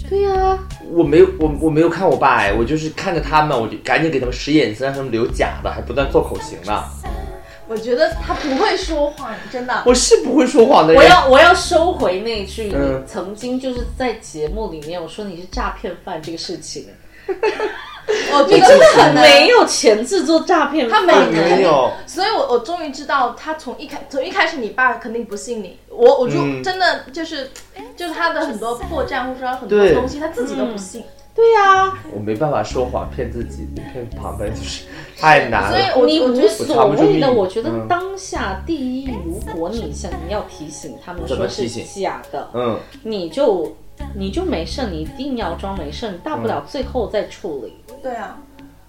S2: 对呀，
S1: 我没有，我我没有看我爸哎，我就是看着他们，我就赶紧给他们使眼色，让他们留假的，还不断做口型呢。
S3: 我觉得他不会说谎，真的。
S1: 我是不会说谎的人。
S2: 我要我要收回那句，
S1: 嗯
S2: 你曾经就是在节目里面我说你是诈骗犯这个事情，
S3: 我觉
S2: 你
S3: 得
S2: 真的
S3: 可
S2: 很
S3: 能
S2: 没。有潜质做诈骗犯，
S3: 他没有
S1: 没有，
S3: 所以我，我终于知道，他从一开从一开始，你爸肯定不信你。我我就
S1: 嗯
S3: 真的就是，就是他的很多破绽，或者说很
S1: 对
S3: 多东西，他自己都不信。
S2: 对呀，
S1: 我没办法说谎骗自己，骗旁边就是太难
S3: 所以
S1: 了。
S3: 我
S2: 你
S3: 我
S2: 无
S3: 觉得
S2: 所
S1: 我藏不住
S2: 谓
S1: 秘
S2: 的，
S1: 密
S2: 我觉得
S1: 嗯
S2: 当下第一，如果你想你要提醒他们
S1: 怎么
S2: 说
S1: 提
S2: 是
S1: 醒
S2: 假的，
S1: 嗯，
S2: 你就你就没事，你一定要装没事，你大不了最后再处理，
S3: 对啊，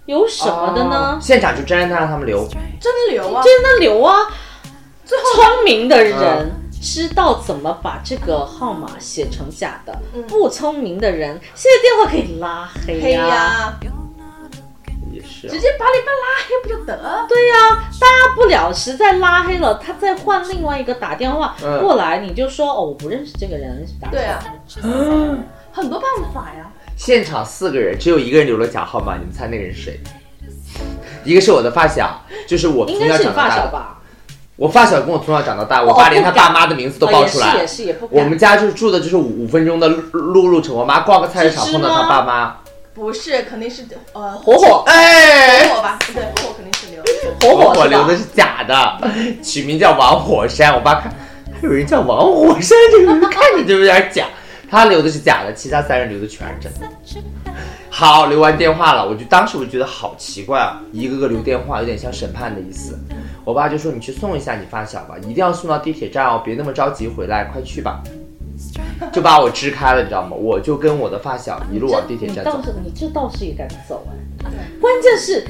S2: 有什么的
S1: 哦
S2: 呢？
S1: 现场就真让他让他们留。
S3: 真流啊
S2: 就！那留啊，
S3: 最后
S2: 聪明的
S1: 嗯
S2: 人。知道怎么把这个号码写成假的，不聪明的人现在电话可以拉
S3: 嗯黑
S2: 黑啊呀、
S3: 呀、
S1: 也是啊
S3: 啊直，接把你爸拉黑不就得了？
S2: 对呀、大不了实在拉黑了，他再换另外一个打电话、
S1: 嗯
S2: 过来，你就说哦，我不认识这个人，打
S3: 对啊，很多办法呀。
S1: 现场四个人只有一个人留了假号码，你们猜那个人是谁？一个是我的发小，就是我从
S2: 应
S1: 小
S2: 该是你
S1: 长到
S2: 发
S1: 大
S2: 小
S1: 的。
S2: 吧？
S1: 我发小跟我从小长到大，我爸连他爸妈的名字都报出
S2: 哦
S1: 来
S2: 也。是也是也不敢
S1: 我们家就是住的就是五五分钟的路路程，我妈逛个菜市场
S2: 芝芝
S1: 碰到他
S2: 吗
S1: 爸妈，
S3: 不是，肯定是呃
S2: 火火
S1: 哎，
S3: 火吧？对，火肯定是流。
S2: 火火
S1: 我
S2: 是
S1: 留
S2: 吧
S1: 的？是假的，取名叫王火山。我爸看还有人叫王火山，这个名字看着就有点假。他留的是假的，其他三人留的全是真的。好，留完电话了，我就当时我就觉得好奇怪啊，一个个留电话，有点像审判的意思。我爸就说：“你去送一下你发小吧，一定要送到地铁站哦，别那么着急回来，快去吧。”就把我支开了，你知道吗？我就跟我的发小一路往地铁
S2: 你
S1: 站
S2: 倒
S1: 走。
S2: 是你这倒是也敢走哎、关键是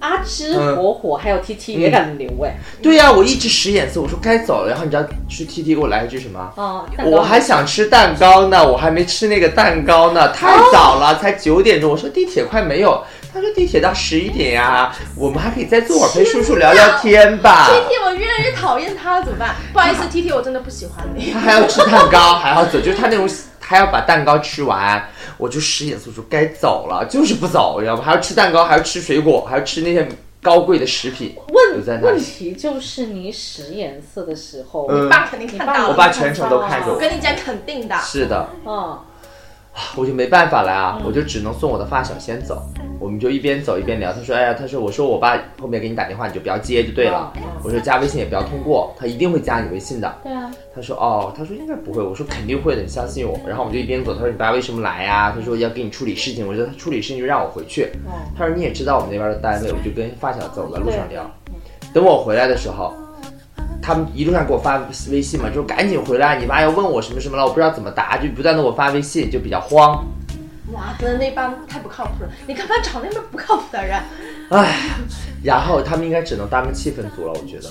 S2: 阿芝、
S1: 嗯
S2: 火火还有 T T 也敢留哎、
S1: 对呀、我一直使眼色，我说该走了。然后你知道去 T T 给我来一句什么？
S2: 啊、蛋糕
S1: 我还想吃蛋糕呢，我还没吃那个蛋糕呢，太早了，才九点钟。我说地铁快没有，他说地铁到十一点呀、我们还可以再坐会儿，陪叔叔聊聊天
S2: 啊
S1: 吧。
S3: T T，我越来越讨厌他了，怎么办？不好意思，T T，我真的不喜欢你
S1: 他。还要吃蛋糕，还要走，就是他那种他要把蛋糕吃完，我就使眼色说该走了，就是不走，你知道吗？还要吃蛋糕，还要吃水果，还要吃那些高贵的食品。留在
S2: 问
S1: 那里
S2: 问题就是你使眼色的时候，
S1: 嗯
S3: 爸肯定
S2: 你
S3: 看
S2: 爸
S3: 到
S1: 我
S3: 了，
S1: 爸全程都看着
S3: 我
S1: 我。
S3: 跟你讲，肯定的。
S1: 是的，
S2: 啊
S1: 我就没办法了
S2: 嗯
S1: 啊，我就只能送我的发小先走。我们就一边走一边聊。他说：“哎呀，他说我说我爸后面给你打电话，你就不要接就对了。
S2: 嗯嗯
S1: 我说加微信也不要通过，他一定会加你微信的。
S2: 对啊，
S1: 他说：“哦，他说应该不会。”我说：“肯定会的，你相信我。”然后我们就一边走。他说：“你爸为什么来呀、他说：“要给你处理事情。”我说：“他处理事情就让我回去。
S2: 哦
S1: 他说：“你也知道我们那边的单位。”我就跟发小走在路上
S2: 对
S1: 聊。等我回来的时候，他们一路上给我发微信嘛，就说赶紧回来，你妈要问我什么什么了，我不知道怎么答，就不断的给我发微信，就比较慌。
S3: 哇，真的那帮太不靠谱了。你干嘛找那帮不靠谱的人？
S1: 唉，然后他们应该只能当个气氛组了，我觉得。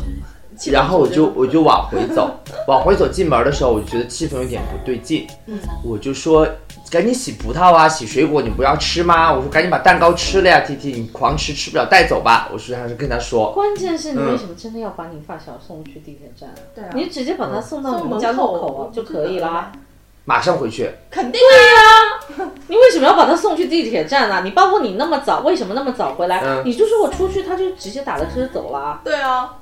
S3: 气氛
S1: 然后我就
S3: 觉得
S1: 我就往回走，往回走进门的时候，我就觉得气氛有点不对劲，我就说赶紧洗葡萄啊，洗水果，你不要吃吗？我说赶紧把蛋糕吃了呀，T T，你狂吃吃不了带走吧。我说还是跟他说，
S2: 关键是你为什么真的要把你发小送去地铁站？
S3: 对啊
S2: 你直接把他送到
S3: 送
S2: 你们
S3: 门
S2: 家路
S3: 口
S2: 口啊
S3: 我
S2: 就
S3: 不
S2: 可以
S3: 知道
S2: 啦。
S1: 马上回去。
S3: 肯定啊，
S2: 你为什么要把他送去地铁站啊？你包括你那么早，为什么那么早回来？
S1: 嗯
S2: 你就说我出去，他就直接打了车走啦。
S3: 对啊，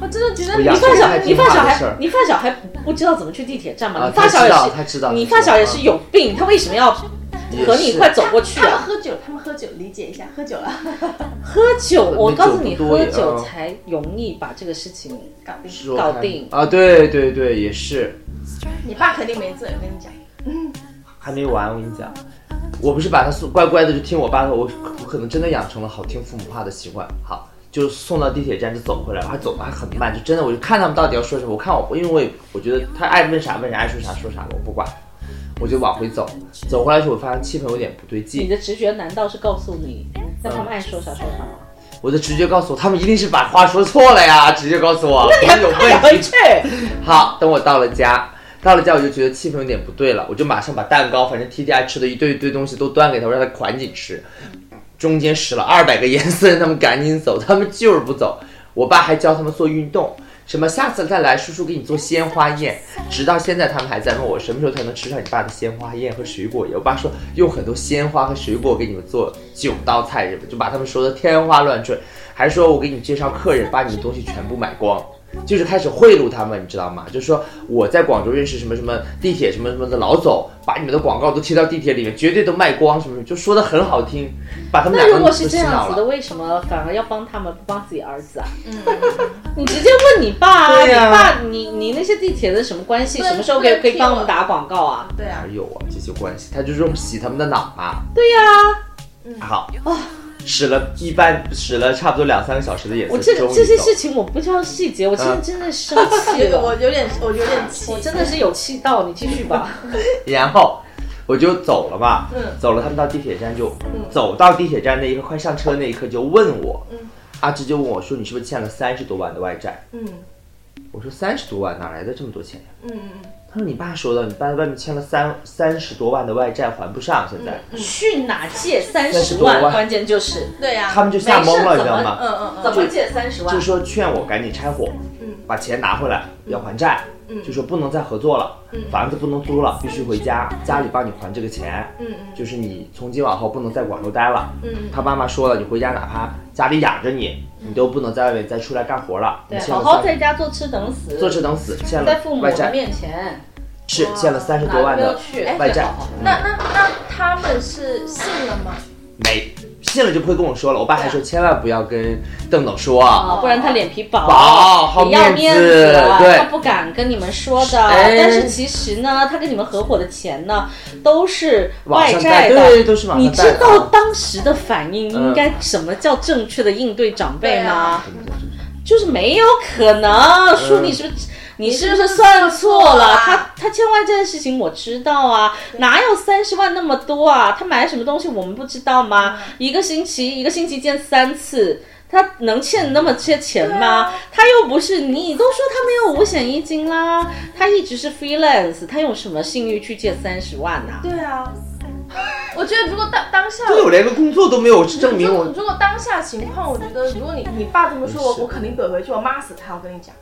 S3: 我真的觉得
S1: 不一
S3: 你
S1: 样
S2: 你发
S1: 这个
S2: 小
S1: 还，
S2: 你
S1: 挺
S2: 发小
S1: 好的事
S2: 还
S1: 儿，
S2: 你发小还不知道怎么去地铁站吗？
S1: 啊
S2: 你发小也
S1: 他知道
S2: 是，
S1: 他知道
S2: 你
S1: 他知道
S2: 发小也是有病，他为什么要和你一块走过去
S3: 他们
S2: 啊？
S3: 喝酒，他们喝酒理解一下，喝酒了，
S2: 喝酒，我告诉你，
S1: 酒不多
S2: 喝
S1: 也
S2: 酒
S1: 嗯
S2: 才容易把这个事情。
S3: 搞定。
S1: 是我
S2: 搞
S1: 看
S2: 定
S1: 啊！对对对，也是。
S3: 你爸肯定没醉，我跟你讲。
S1: 还没完，我跟你讲，我不是把他送乖乖的就听我爸的，我我可能真的养成了好听父母话的习惯。好，就送到地铁站就走回来，还走的还很慢，就真的我就看他们到底要说什么，我看我，因为我也我觉得他爱问啥问啥，爱说啥说啥，我不管，我就往回走。走回来的时候，我发现气氛有点不对
S2: 你
S1: 劲，
S2: 的直觉难道是告诉你，那他们爱说啥说啥 吗？
S1: 我的直觉告诉我，他们一定是把话说错了呀，直接告诉我，那有
S2: 快
S1: 问
S2: 点回
S1: 题。
S2: 去。
S1: 好，等我到了家，到了家我就觉得气氛有点不对了，我就马上把蛋糕，反正 T T I 吃的一堆一堆东西都端给他，我让他赶紧吃。中间使了二百个颜色，让他们赶紧走，他们就是不走。我爸还教他们做运动，什么下次再来，叔叔给你做鲜花宴。直到现在，他们还在问我什么时候才能吃上你爸的鲜花宴和水果宴。我爸说用很多鲜花和水果给你们做九道菜什么，就把他们说的天花乱坠，还说我给你介绍客人，把你的东西全部买光。就是开始贿赂他们，你知道吗？就是说我在广州认识什么什么地铁什么什么的老总，把你们的广告都贴到地铁里面，绝对都卖光什么什么，就说的很好听，把他们
S2: 那
S1: 两
S2: 如
S1: 个
S2: 果
S1: 都洗
S2: 是这
S1: 脑
S2: 样子的，
S1: 了。
S2: 为什么反而要帮他们，不帮自己儿子啊？
S3: 嗯
S2: 你直接问你爸啊，
S1: 对呀
S2: 你爸，你你那些地铁的什么关系？
S3: 对
S2: 什么时候可以可以帮我们
S3: 对
S2: 打广告啊？
S3: 对啊
S1: 哪，有啊这些关系？他就是洗他们的脑嘛。
S2: 对呀、哦
S1: 好，使了一般使了差不多两三个小时的眼色，
S2: 我这
S1: 终于
S2: 这些
S1: 走
S2: 事情我不知道细节，我现在
S1: 嗯
S2: 真的生气
S3: 这个 我
S2: 了，
S3: 有点，我有点气，
S2: 我真的是有气到，你继续吧。
S1: 嗯然后我就走了嘛，
S3: 嗯
S1: 走了，他们到地铁站就、
S2: 嗯
S1: 走到地铁站那一刻，快上车那一刻就问我，
S3: 嗯
S1: 阿芝就问我说你是不是欠了三十多万的外债？
S3: 嗯
S1: 我说三十多万哪来的这么多钱呀？
S3: 嗯嗯嗯，
S1: 他说你爸说的，你爸在外面欠了三三十多万的外债还不上，现在、
S2: 去哪借三十
S1: 30万
S2: 万？关键就是
S3: 对呀、
S1: 他们就吓懵了，
S2: 没事
S1: 你知道吗？
S3: 嗯嗯
S2: 怎
S3: 嗯，
S2: 么借三十万
S1: 就？说劝我赶紧拆伙，
S3: 嗯
S1: 把钱拿回来
S2: 嗯
S1: 要还债，就说不能再合作了，房子不能租了，必须回家，
S2: 嗯
S1: 家里帮你还这个钱，
S3: 嗯嗯
S1: 就是你从今往后不能在广州待了。
S3: 嗯
S1: 他妈妈说了，你回家哪怕家里养着你，你都不能在外面再出来干活了，你
S2: 嗯对，
S1: 欠
S2: 好
S1: 了
S2: 好
S1: 三
S2: 在家坐吃等死，
S1: 坐吃等死，欠
S2: 在
S1: 了
S2: 父母
S1: 外
S2: 的
S1: 债
S2: 面前
S1: 是欠了三十
S2: 哪
S1: 多
S2: 都
S1: 万
S2: 不要
S1: 的
S2: 去，
S1: 外债嗯
S2: 好好好
S3: 那那那他们是信了吗？
S1: 没信了就不会跟我说了。我爸还说千万不要跟邓董说啊，
S2: 啊，不然他脸皮薄，
S1: 薄好
S2: 也要
S1: 面
S2: 面
S1: 子
S2: 啊
S1: 对
S2: 他不敢跟你们说的。
S1: 哎
S2: 但是其实呢，他跟你们合伙的钱呢，都是外
S1: 上贷，
S2: 债的。
S1: 对对对，都是往
S2: 你
S1: 上
S2: 知
S1: 贷的
S2: 道
S1: 啊。嗯
S2: 当时的反应应该什么叫正确的应对长辈
S3: 对
S2: 吗？
S3: 啊
S2: 就是没有可能，叔，你是不是你是不是算错了？他他欠外债的事情我知道啊，哪有三十万那么多啊？他买了什么东西我们不知道吗？一个星期一个星期见三次。他能欠那么些钱吗？他又不是你，都说他没有五险一金啦，他一直是 freelance，他有什么信誉去借三十万呐、
S3: 对啊，我觉得如果当当下，
S1: 我连个工作都没有，证明
S3: 如
S1: 我
S3: 果如果当下情况，我觉得如果你你爸这么说，我
S1: 是
S3: 我肯定怼回去，我骂死他，我跟你讲。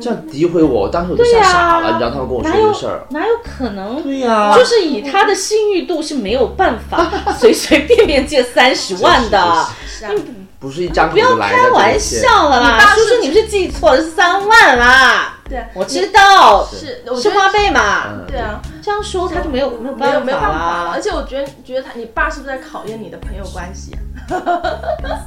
S1: 这样诋毁我，我当时我就吓傻了。你知道他们跟我说
S2: 哪
S1: 这
S2: 有
S1: 个事儿，
S2: 哪有可能？
S1: 对啊呀
S2: 就是以他的信誉度是没有办法随随便便借三十万的。
S3: 是啊，
S1: 不是一张口
S2: 不要
S1: 就来的。
S2: 开玩
S1: 这些
S2: 笑了
S3: 你
S2: 啦，
S3: 爸
S2: 叔
S3: 是
S2: 叔你们是记错了，是三万啦。
S3: 对啊，
S2: 我知道，
S3: 是我
S2: 是
S3: 觉得
S2: 花呗嘛。
S3: 对啊，
S2: 这样说他就没有没有啊
S3: 没有
S2: 办
S3: 没有办法了，
S2: 啦
S3: 而，且我觉得觉得他你爸是不是在考验你的朋友关系啊？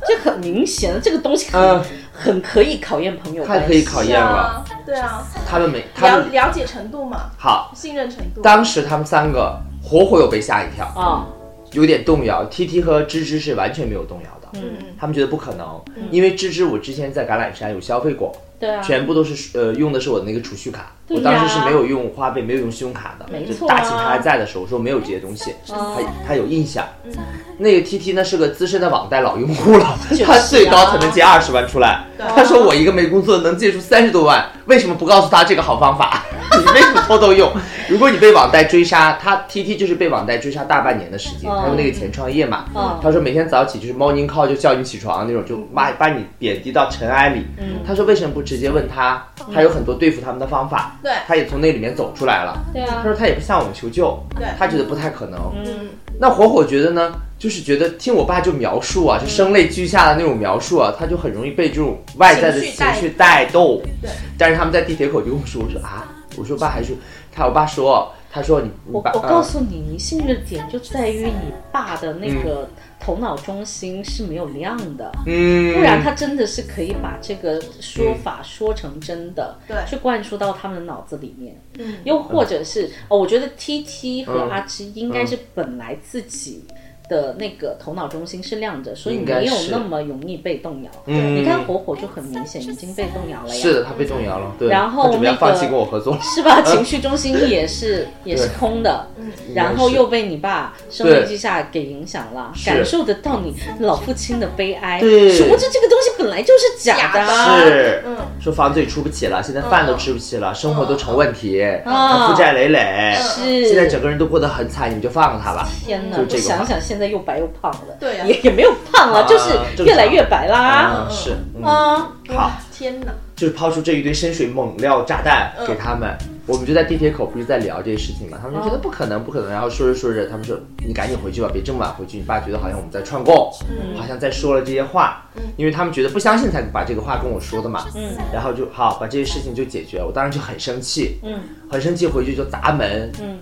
S2: 这很明显，这个东西
S1: 嗯
S2: 很很可以考验朋友关
S1: 太可
S2: 系，
S1: 以考验了。，
S3: 对啊，
S1: 他们没，他
S3: 了
S1: 们
S3: 了解程度嘛，
S1: 好，
S3: 信任程度。
S1: 当时他们三个活活又被吓一跳，
S2: 啊。
S1: 有点动摇。T T 和芝芝是完全没有动摇的，
S3: 嗯嗯
S1: 他们觉得不可能，
S2: 嗯
S1: 因为芝芝我之前在橄榄山有消费过，
S2: 对啊，
S1: 全部都是呃用的是我的那个储蓄卡，
S2: 对
S1: 我
S2: 呀
S1: 当时是没有用花呗，没有用信用卡的。
S2: 没
S1: 就
S2: 错啊
S1: 大秦他还在的时候，我说没有这些东西，
S2: 哦
S1: 他他有印象。
S3: 嗯，
S1: 那个 TT 呢是个资深的网贷老用户 了，
S2: 是啊啊
S1: 他最高才能借二十万出来。
S3: 对
S1: 他说我一个没工作能借出三十多万，为什么不告诉他这个好方法？ 你为什么偷偷用？如果你被网贷追杀，他 TT 就是被网贷追杀大半年的时间，
S2: 哦
S1: 他用那个钱创业嘛。
S3: 嗯
S2: 哦
S1: 他说每天早起就是 morning call 就叫你起床那种，就把把你贬低到尘埃里。
S3: 嗯
S1: 他说为什么不直接问他？他有很多对付他们的方法。
S3: 对
S1: 他也从那里面走出来了。
S2: 对
S1: 他
S2: 啊，
S1: 说他也不向我们求救，
S3: 对
S1: 他觉得不太可能。
S3: 嗯
S1: 那火火觉得呢，就是觉得听我爸就描述
S3: 嗯
S1: 啊，就声泪俱下的那种描述啊，他就很容易被这种外在的
S3: 情绪
S1: 情
S3: 带
S1: 绪带动。
S3: 对，
S1: 但是他们在地铁口就跟我说，我说啊，我说爸还说他，我爸说，他说你你
S2: 我
S1: 把
S2: 我告
S1: 嗯
S2: 诉你，你幸运的点就在于你爸的那个头脑中心是没有亮的，
S1: 嗯，
S2: 不然他真的是可以把这个说法说成真的，
S3: 对
S2: 去灌输到他们的脑子里面。
S3: 嗯
S2: 又或者是哦，我觉得 T T
S1: 嗯
S2: 和阿芝应该是本来自己的那个头脑中心是亮着，所以
S1: 应该
S2: 没有
S1: 是
S2: 那么容易被动摇。
S1: 嗯
S2: 你看火火就很明显已经被动摇了呀，
S1: 是嗯的，他被动摇了，对，
S2: 然后
S1: 他准备要
S2: 那
S1: 放
S2: 个
S1: 弃跟我合作了。
S2: 是吧？情绪中心也是也是空的，
S1: 嗯
S2: 然后又被你爸声泪俱下给影响了，
S1: 是
S2: 感受得到你老父亲的悲哀。
S1: 对
S2: 殊不知这个东西本来就是假的 啊。
S1: 是，
S3: 嗯
S1: 说房子也出不起了，现在饭
S2: 嗯
S1: 都吃不起了，生活都成问题，
S2: 啊
S1: 他负债累累，
S2: 嗯
S1: 嗯
S2: 是
S1: 现在整个人都过得很惨，你们就放了他吧。
S2: 天哪！
S1: 就
S2: 我
S1: 这个话
S2: 想想，现在又白又胖了，
S3: 对啊
S2: 也也没有胖了，
S1: 啊
S2: 就是越来越白啦
S1: 嗯，。是，嗯，
S2: 啊，
S1: 好，
S3: 天哪，
S1: 就是抛出这一堆深水猛料炸弹
S3: 嗯
S1: 给他们。我们就在地铁口不是在聊这些事情嘛，他们
S2: 哦
S1: 就觉得不可能，不可能。然后说着说着，他们说你赶紧回去吧，别这么晚回去。你爸觉得好像我们在串供，
S2: 嗯
S1: 好像在说了这些话，因为他们觉得不相信才把这个话跟我说的嘛。
S2: 嗯
S1: 然后就好把这些事情就解决了。我当时就很生气，
S2: 嗯
S1: 很生气，回去就砸门，
S2: 嗯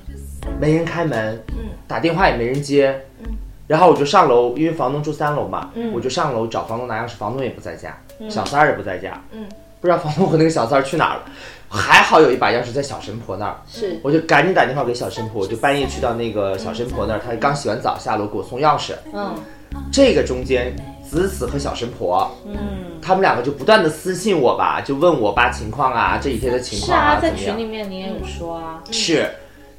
S1: 没人开门，
S3: 嗯
S1: 打电话也没人接，
S2: 嗯
S1: 然后我就上楼，因为房东住三楼嘛，我就上楼找房东拿钥匙，房东也不在家，
S2: 嗯
S1: 小三儿也不在家，
S3: 嗯
S1: 不知道房东和那个小三儿去哪儿了。还好有一把钥匙在小神婆那儿，
S2: 是
S1: 我就赶紧打电话给小神婆，我就半夜去到那个小神婆那儿，她刚洗完澡下楼给我送钥匙。
S2: 嗯
S1: 这个中间，子子和小神婆，
S2: 嗯，
S1: 他们两个就不断的私信我吧，就问我爸情况啊，这几天的情
S2: 是
S1: 况
S2: 啊，
S1: 怎
S2: 在
S1: 么
S2: 群
S1: 样
S2: 里面你也有说啊，
S1: 是，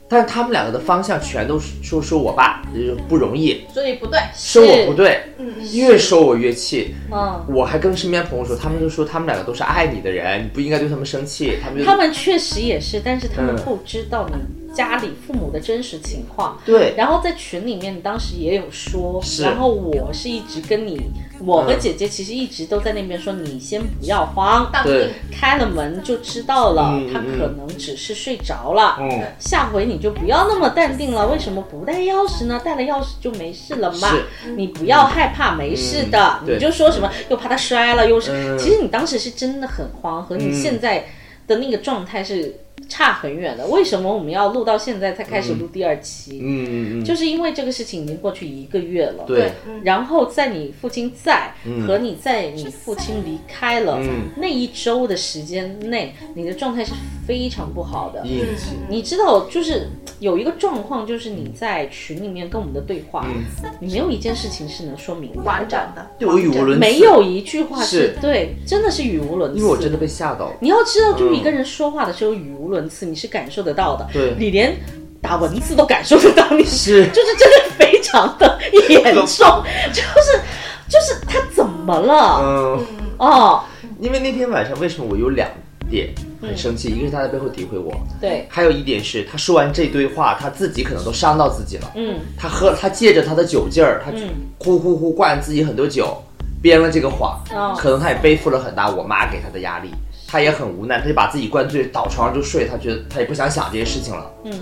S1: 但是他们两个的方向全都是说说我爸呃不容易，
S3: 所以不对，
S1: 说我不对，
S3: 嗯
S1: 越说我越气。
S2: 嗯，
S1: 我还跟身边朋友说，他们就说他们两个都是爱你的人，你不应该对他们生气。他们就
S2: 他们确实也是，但是他们
S1: 嗯
S2: 不知道你家里父母的真实情况，
S1: 对
S2: 然后在群里面，你当时也有说，
S1: 是嗯
S2: 然后我是一直跟你，我和姐姐其实一直都在那边说，你先不要慌，
S3: 当
S1: 对
S3: 定，
S2: 开了门就知道了，
S1: 嗯嗯
S2: 他可能只是睡着了。
S1: 嗯
S2: 下回你就不要那么淡定了，为什么不带钥匙呢？带了钥匙就没事了嘛。你不要害怕，没事的。
S1: 嗯对
S2: 你就说什么又怕他摔了，又是、
S1: 嗯
S2: 其实你当时是真的很慌，和你现在的那个状态是差很远的。为什么我们要录到现在才开始录第二期？
S1: 嗯嗯嗯，
S2: 就是因为这个事情已经过去一个月了，
S1: 对，
S3: 嗯
S2: 然后在你父亲在、和你在你父亲离开了、
S1: 嗯
S2: 那一周的时间内，你的状态是非常不好的。
S1: 硬气，
S2: 你知道，就是有一个状况，就是你在群里面跟我们的对话，你没有一件事情是能说明白
S3: 完整，的，
S1: 对我语嗯无伦次，
S2: 没有，一句话是
S1: 是
S2: 对，真的是语无伦次。
S1: 因为我真的被吓到了。
S2: 你要知道，就是一个人说话的时候语无伦次，你是感受得到的。
S1: 对
S2: 你连打文字都感受得到，你
S1: 是
S2: 就是真的非常的严重，就是就是他怎么了？
S1: 嗯，
S2: 哦，
S1: 因为那天晚上为什么我有两点很生气，一个是他在背后诋毁我，
S2: 对，
S1: 还有一点是他说完这堆话，他自己可能都伤到自己了。
S2: 嗯，
S1: 他喝，他借着他的酒劲儿，他
S2: 嗯
S1: 呼呼呼灌自己很多酒，编了这个谎，
S2: 哦
S1: 可能他也背负了很大我妈给他的压力，他也很无奈，他就把自己灌醉，倒床上就睡，他觉得他也不想想这些事情了。嗯，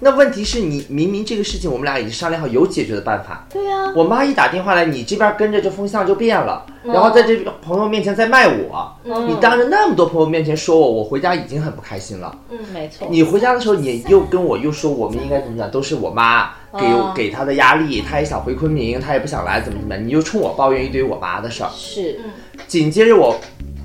S1: 那问题是你明明这个事情我们俩已经商量好有解决的办法，
S2: 对呀、
S1: 我妈一打电话来，你这边跟着这风向就变了，然后在这个朋友面前再卖我，
S2: 嗯
S1: 你当着那么多朋友面前说我，我回家已经很不开心了。
S2: 没错，
S1: 你回家的时候，你又跟我又说我们应该怎么讲，都是我妈给我
S2: 哦
S1: 给他的压力，他也想回昆明，他也不想来，怎么怎么样，你又冲我抱怨一堆我妈的事儿。
S2: 是，
S1: 紧接着我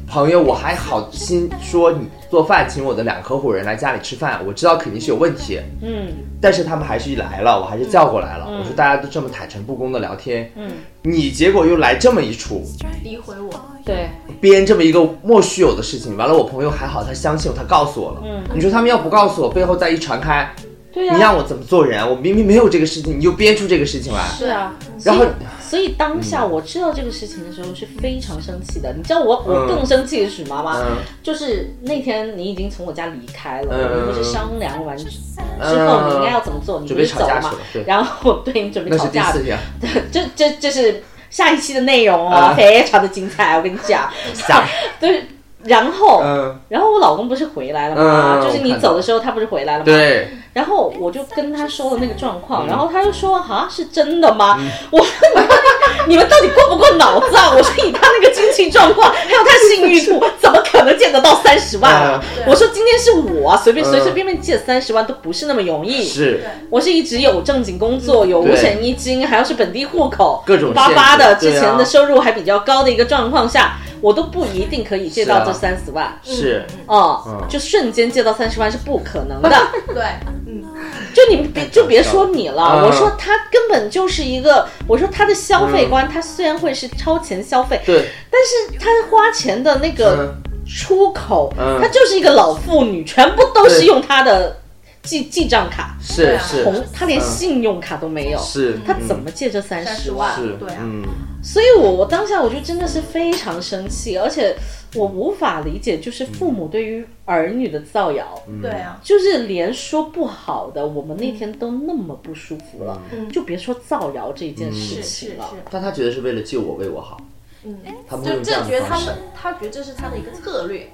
S1: 朋友，我还好心说你做饭，请我的两个合伙人来家里吃饭，我知道肯定是有问题，
S2: 嗯
S1: 但是他们还是来了，我还是叫过来了。我说大家都这么坦诚不公的聊天，
S2: 嗯，
S1: 你结果又来这么一出，
S3: 诋毁我，
S2: 对，
S1: 编这么一个莫须有的事情，完了我朋友还好，他相信我，他告诉我了。
S2: 嗯
S1: 你说他们要不告诉我，背后再一传开，
S2: 对
S1: 你
S2: 呀、
S1: 让我怎么做人啊？我明明没有这个事情，你就编出这个事情来。
S2: 是啊，
S1: 然后
S2: 所以所以当
S1: 嗯
S2: 下我知道这个事情的时候是非常生气的。你知道我我
S1: 嗯
S2: 更生气的是什么吗？
S1: 嗯
S2: 就是那天你已经从我家离开了，
S1: 嗯
S2: 我们是商量完之之后你应该要
S1: 嗯，
S2: 怎么做，你
S1: 准
S2: 不
S1: 备
S2: 是
S1: 吵
S2: 走
S1: 架
S2: 了
S1: 去
S2: 吗
S1: 了？，对，
S2: 然后对你准备
S1: 那
S2: 吵
S1: 是第
S2: 架了，
S1: 四天，
S2: 这这这是下一期的内容哦，
S1: 啊
S2: 非常的精彩，我跟你 讲。
S1: 下，
S2: 对，然后、
S1: 嗯，
S2: 然后我老公不是回来了吗？
S1: 嗯
S2: 就是
S1: 我
S2: 你
S1: 看到
S2: 走的时候他不是回来了吗？
S1: 对，
S2: 然后我就跟他说了那个状
S1: 嗯
S2: 况，然后他就说：“哈，是真的吗？”我说：“你们到底你们到底过不过脑子啊？”我说：“以他那个经济 状况，还有他信誉度，怎么可能借得到三十万啊？”
S3: 嗯对
S2: 我说：“今天是我随便
S1: 嗯
S2: 随随便便借三十万都不是那么容易。”
S1: 是嗯
S3: 对，
S2: 我是一直有正经工作，有五
S1: 对
S2: 险一金，还要是本地户口，
S1: 各种
S2: 巴巴的，
S1: 限制
S2: 之
S1: 对啊
S2: 前的收入还比较高的一个状况下，我都不一定可以借
S1: 是
S2: 到
S1: 啊
S2: 这三十万。
S1: 是，
S2: 哦、
S1: 嗯
S2: 就瞬间借到三十万是不可 能的，
S3: 对，嗯，
S2: 就你们别就别说你了，
S1: 嗯
S2: 我说他根本就是一个，我说他的消费
S1: 嗯
S2: 观，他虽然会是超前消费，
S1: 对，
S2: 但是他花钱的那个
S1: 嗯，
S2: 出口，
S1: 嗯
S2: 他就是一个老妇女，全部都是用他的记记账卡，
S1: 是是
S2: 红，他连
S1: 嗯
S2: 信用卡都没有，
S1: 是，
S2: 他怎
S1: 嗯
S2: 么借这三十万？
S1: 是，
S3: 对啊
S1: 嗯，
S2: 所以我我当下我就真的是非常生气，而且我无法理解，就是父母对于儿女的造谣，
S3: 对啊，
S2: 就是连说不好的，我们那天都那么不舒服了，
S3: 嗯
S2: 就别说造谣这件事
S3: 是是
S2: 情
S3: 是
S2: 了。，
S1: 但他觉得是为了救我，为我好，
S3: 嗯，
S1: 他们会
S3: 就
S1: 用这
S3: 这
S1: 样
S3: 觉
S1: 的
S3: 得他
S1: 方式
S3: 们，，他觉得这是他的一个策略，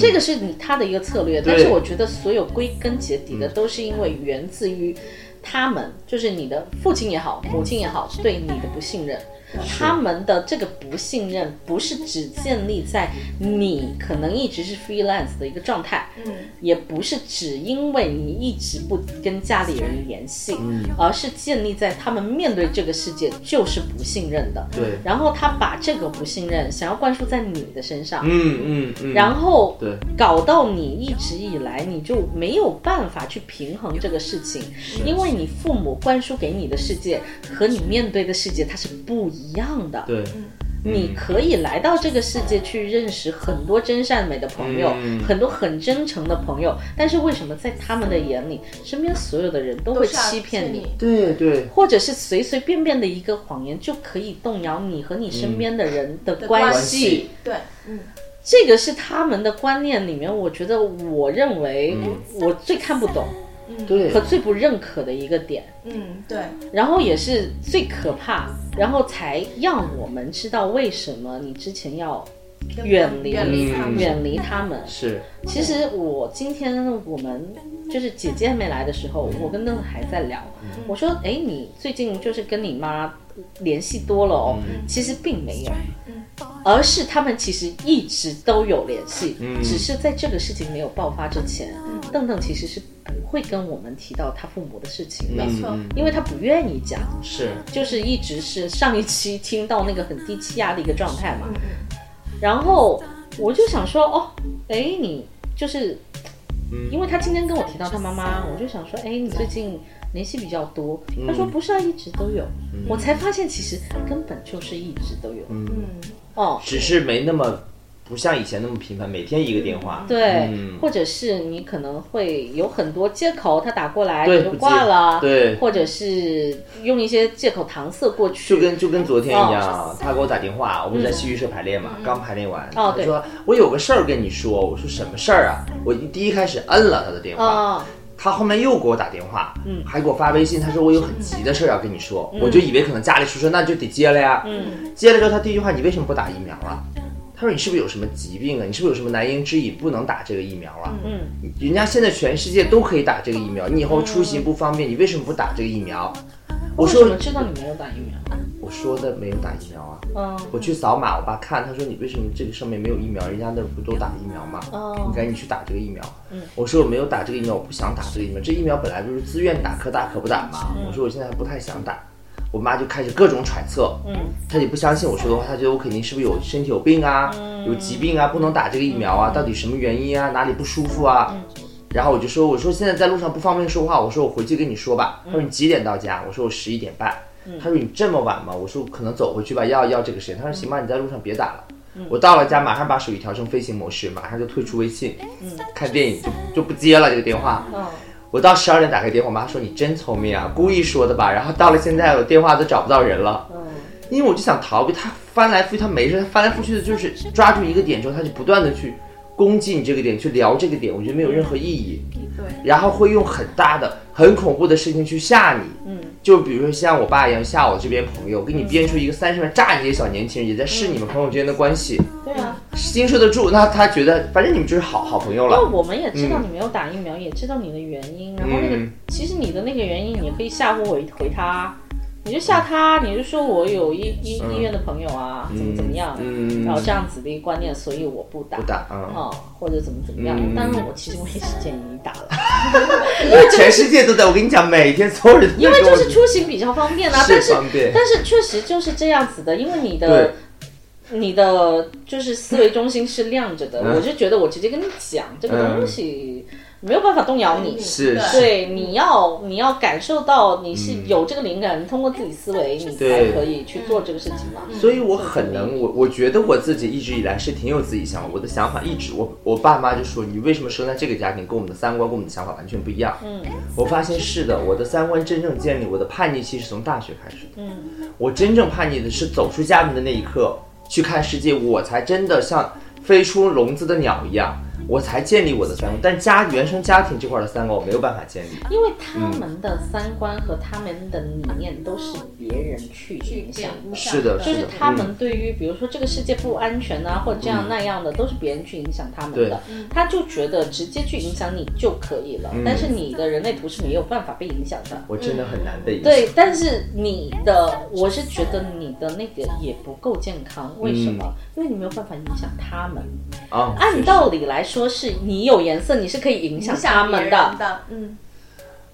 S2: 这个是你他的一个策略，
S1: 对
S2: 但是我觉得所有归根结底的都是因为源自于他们，就是你的父亲也好，母亲也好，对你的不信任。他们的这个不信任不是只建立在你可能一直是 freelance 的一个状态，
S3: 嗯，
S2: 也不是只因为你一直不跟家里人联系，
S1: 嗯
S2: 而是建立在他们面对这个世界就是不信任的。
S1: 对
S2: 然后他把这个不信任想要灌输在你的身上，
S1: 嗯嗯嗯，
S2: 然后
S1: 对
S2: 搞到你一直以来你就没有办法去平衡这个事情，因为你父母灌输给你的世界和你面对的世界它是不一样的。
S1: 对，
S2: 你可以来到这个世界去认识很多真善美的朋友，
S1: 嗯
S2: 很多很真诚的朋友，但是为什么在他们的眼里，身边所有的人都
S3: 都
S2: 会
S3: 是要
S2: 欺骗你？
S3: 你，
S1: 对对，
S2: 或者是随随便便的一个谎言就可以动摇你和你身边的人的
S3: 的
S2: 关
S3: 关
S2: 系，
S1: 系
S3: 对，嗯，
S2: 这个是他们的观念里面，我觉得我认为
S1: 嗯
S2: 我最看不懂
S1: 对
S2: 和最不认可的一个点，
S3: 嗯，对，
S2: 然后也是最可怕，然后才让我们知道为什么你之前要远离
S3: 远离他
S1: 嗯
S3: 们，
S2: 远离他们。
S1: 是，
S2: 其实我今天我们就是姐姐还没来的时候，我跟邓还在聊，
S3: 嗯
S2: 我说，哎，你最近就是跟你妈联系多了哦，
S3: 嗯
S2: 其实并没有，而是他们其实一直都有联系，
S3: 嗯
S2: 只是在这个事情没有爆发之前，邓邓其实是不会跟我们提到他父母的事情的，
S3: 没错
S1: 嗯
S2: 因为他不愿意讲，
S1: 是，
S2: 就是一直是上一期听到那个很低气压的一个状态嘛，
S3: 嗯
S2: 然后我就想说，哦，哎，你就是，
S1: 嗯
S2: 因为他今天跟我提到他妈妈，我就想说，哎，你最近联系比较多。
S1: 嗯
S2: 他说不是啊，一直都有。我才发现其实根本就是一直都有。
S3: 嗯，
S2: 哦，
S1: 只是没那么不像以前那么频繁，每天一个电话。
S2: 对，
S1: 嗯
S2: 或者是你可能会有很多借口，他打过来
S1: 对
S2: 你就
S1: 不接
S2: 挂了，
S1: 对
S2: 或者是用一些借口搪塞过去，
S1: 就跟就跟昨天一样，他给我打电话，我们在戏剧社排练嘛，刚排练完，
S2: 嗯哦
S1: 他说我有个事儿跟你说，我说什么事儿啊？我一第一开始摁了他的电话，
S2: 啊、
S1: 他后面又给我打电话，
S2: 嗯
S1: 还给我发微信，他说我有很急的事儿要跟你说，我就以为可能家里出事，那就得接了呀。
S2: 嗯
S1: 接了之后，他第一句话你为什么不打疫苗啊？他说你是不是有什么疾病啊？你是不是有什么难言之隐不能打这个疫苗啊？
S2: 嗯，
S1: 人家现在全世界都可以打这个疫苗，你以后出行不方便，你为什么不打这个疫苗？我
S2: 为什
S1: 说
S2: 么知道你没有打疫苗？
S1: 我说的没有打疫苗啊，
S2: 嗯，
S1: 我去扫码，我爸看，他说你为什么这个上面没有疫苗？人家那儿不都打疫苗吗？
S2: 哦
S1: 你赶紧去打这个疫苗。我说我没有打这个疫苗，我不想打这个疫苗。这疫苗本来就是自愿打，可打可不打嘛。我说我现在还不太想打。我妈就开始各种揣测，嗯，她也不相信我说的话，她觉得我肯定是不是有身体有病啊，有疾病啊，不能打这个疫苗啊，到底什么原因啊，哪里不舒服啊？然后我就说，我说现在在路上不方便说话，我说我回去跟你说吧。她说你几点到家？我说我十一点半。她说你这么晚吗？我说可能走回去吧，要要这个时间。她说行吧，你在路上别打了。我到了家，马上把手机调成飞行模式，马上就退出微信，看电影就就不接了这个电话。我到十二点打开电话，我妈说你真聪明啊，故意说的吧？然后到了现在，我电话都找不到人了，因为我就想逃避他翻来覆去，他没事，他翻来覆去的就是抓住一个点之后，他就不断的去攻击你这个点，去聊这个点，我觉得没有任何意义。
S3: 对，
S1: 然后会用很大的、很恐怖的事情去吓你。嗯，就比如说像我爸一样吓我这边朋友，给你编出一个三十万炸你这些小年轻人，也在试你们朋友之间的关系，
S2: 对啊，
S1: 经受得住，那他觉得反正你们就是好好朋友
S2: 因为
S1: 了。
S2: 我们也知道你没有打疫苗，也知道你的原因，然后那个、
S1: 嗯
S2: 其实你的那个原因，你也可以吓唬我一回他，你就吓他，
S1: 嗯
S2: 你就说我有医医医院的朋友啊，怎么怎么样，
S1: 嗯
S2: 然后这样子的一个观念，所以我不打。
S1: 不打啊！
S2: 哦，或者怎么怎么样？
S1: 嗯
S2: 但是我其实我也是建议你打了，
S1: 全世界都在，我跟你讲，每天所有人都在
S2: 因为
S1: 跟我
S2: 就是出行比较方便啊。
S1: 嗯是
S2: 但是
S1: 方便嗯
S2: 但是确实就是这样子的，因为你
S1: 对
S2: 的你的就是思维中心是亮着
S1: 嗯
S2: 的，我就觉得我直接跟你讲这个东西没有办法动摇你。
S1: 嗯是
S3: 对
S1: 是
S2: 对，你要你要感受到你是有这个灵感，你通过自己思维，你才
S1: 对
S2: 可以去做这个事情嘛。
S1: 所以我很能，我我觉得我自己一直以来是挺有自己想法，我的想法一直，我我爸妈就说你为什么生在这个家庭，跟我们的三观跟我们的想法完全不一样。嗯，我发现是的，我的三观真正建立，我的叛逆期是从大学开始的。嗯，我真正叛逆的是走出家门的那一刻，去看世界，我才真的像飞出笼子的鸟一样，我才建立我的三观。但家原生家庭这块的三观我没有办法建立。
S2: 因为他们的三观和他们的理念都是别人去影响
S3: 嗯
S2: 的。
S1: 是的，
S2: 就是是
S1: 的，
S2: 他
S1: 嗯
S2: 们对于比如说这个世界不安全啊，或者这样那样的，都是别人去影响他们
S1: 对
S2: 的。他就觉得直接去影响你就可以了，但是你的人类图是没有办法被影响的。
S1: 我真的很难被影响。
S2: 对，但是你的，我是觉得你的那个也不够健康，为什么？因为你没有办法影响他们。
S1: 啊，
S2: 按道理来说，是你有颜色，你是可以影响他
S3: 别
S2: 们
S3: 人
S2: 的。
S3: 的，嗯，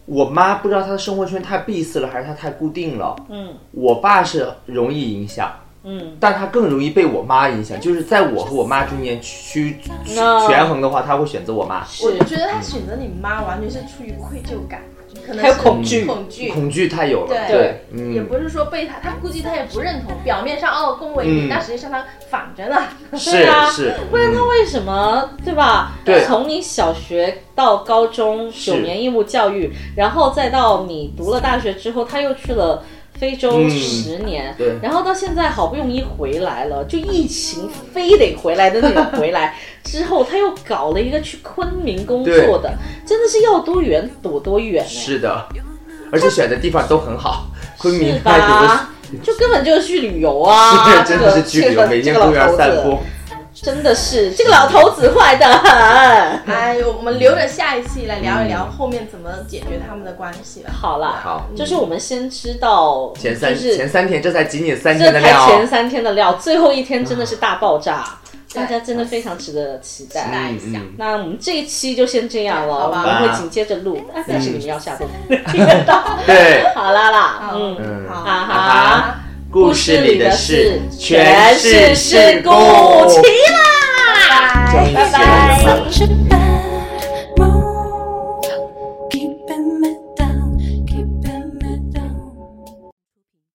S1: 我妈不知道她的生活圈太闭塞了，还是她太固定了。
S2: 嗯
S1: 我爸是容易影响，
S2: 嗯，
S1: 但他更容易被我妈影响。就是在我和我妈中间区区
S2: 那
S1: 权衡的话，他会选择我妈。
S3: 我
S2: 是
S3: 觉得他选择你妈完全是出于愧疚感，可能
S2: 还有
S3: 是
S2: 恐惧
S3: 恐惧，
S1: 恐惧太有了，
S3: 对
S1: 对，
S3: 也
S1: 嗯，
S3: 不是说被他，他估计他也不认同，表面上哦恭维你，
S1: 嗯
S3: 但实际上他反着呢。
S1: 是
S2: 对啊
S1: 是，嗯
S2: 不然他为什么对吧？
S1: 对
S2: 从你小学到高中九年义务教育，然后再到你读了大学之后，他又去了非洲
S1: 嗯
S2: 十年，
S1: 对
S2: 然后到现在好不容易回来了，就疫情非得回来的那种回 来之后，他又搞了一个去昆明工作的，真的是要多远躲多远呢、
S1: 是的，而且选的地方都很好，昆
S2: 是
S1: 明快点
S2: 哎吧？ 就根本就是去旅游啊！
S1: 是
S2: 这
S1: 真
S2: 个
S1: 的是去旅
S2: 这
S1: 游，
S2: 个
S1: 每
S2: 这
S1: 天
S2: 个老
S1: 公园
S2: 头
S1: 散
S2: 子
S1: 步，
S2: 真的是这个老头子坏的很。
S3: 哎呦，我们留着下一期来聊一聊后面怎么解决他们的关系吧。
S2: 好啦，
S1: 好
S2: 就是我们先知道
S1: 前三
S2: 就是
S1: 前三天，这才仅仅三
S2: 这
S1: 天的啊
S2: 才
S1: 量
S2: 前
S1: 哦，
S2: 三天的料，最后一天真的是大爆炸，
S3: 对
S2: 大家真的非常值得期待。
S3: 来一下
S1: 嗯，
S2: 那我们这一期就先这样了，
S3: 好
S2: 我
S3: 吧
S2: 们会紧接着录，
S1: 嗯
S2: 啊但是你们要下播，听得到。
S1: 对，
S2: 好啦啦，嗯，
S1: 嗯，
S3: 好
S2: 哈
S1: 哈
S2: 哈，
S1: 故事里的事全
S2: 全
S1: 是事
S2: 是事
S1: 故
S2: 故，，起啦！
S3: 拜
S1: 真
S3: 拜
S1: 是
S3: 拜拜。
S1: 的
S4: 身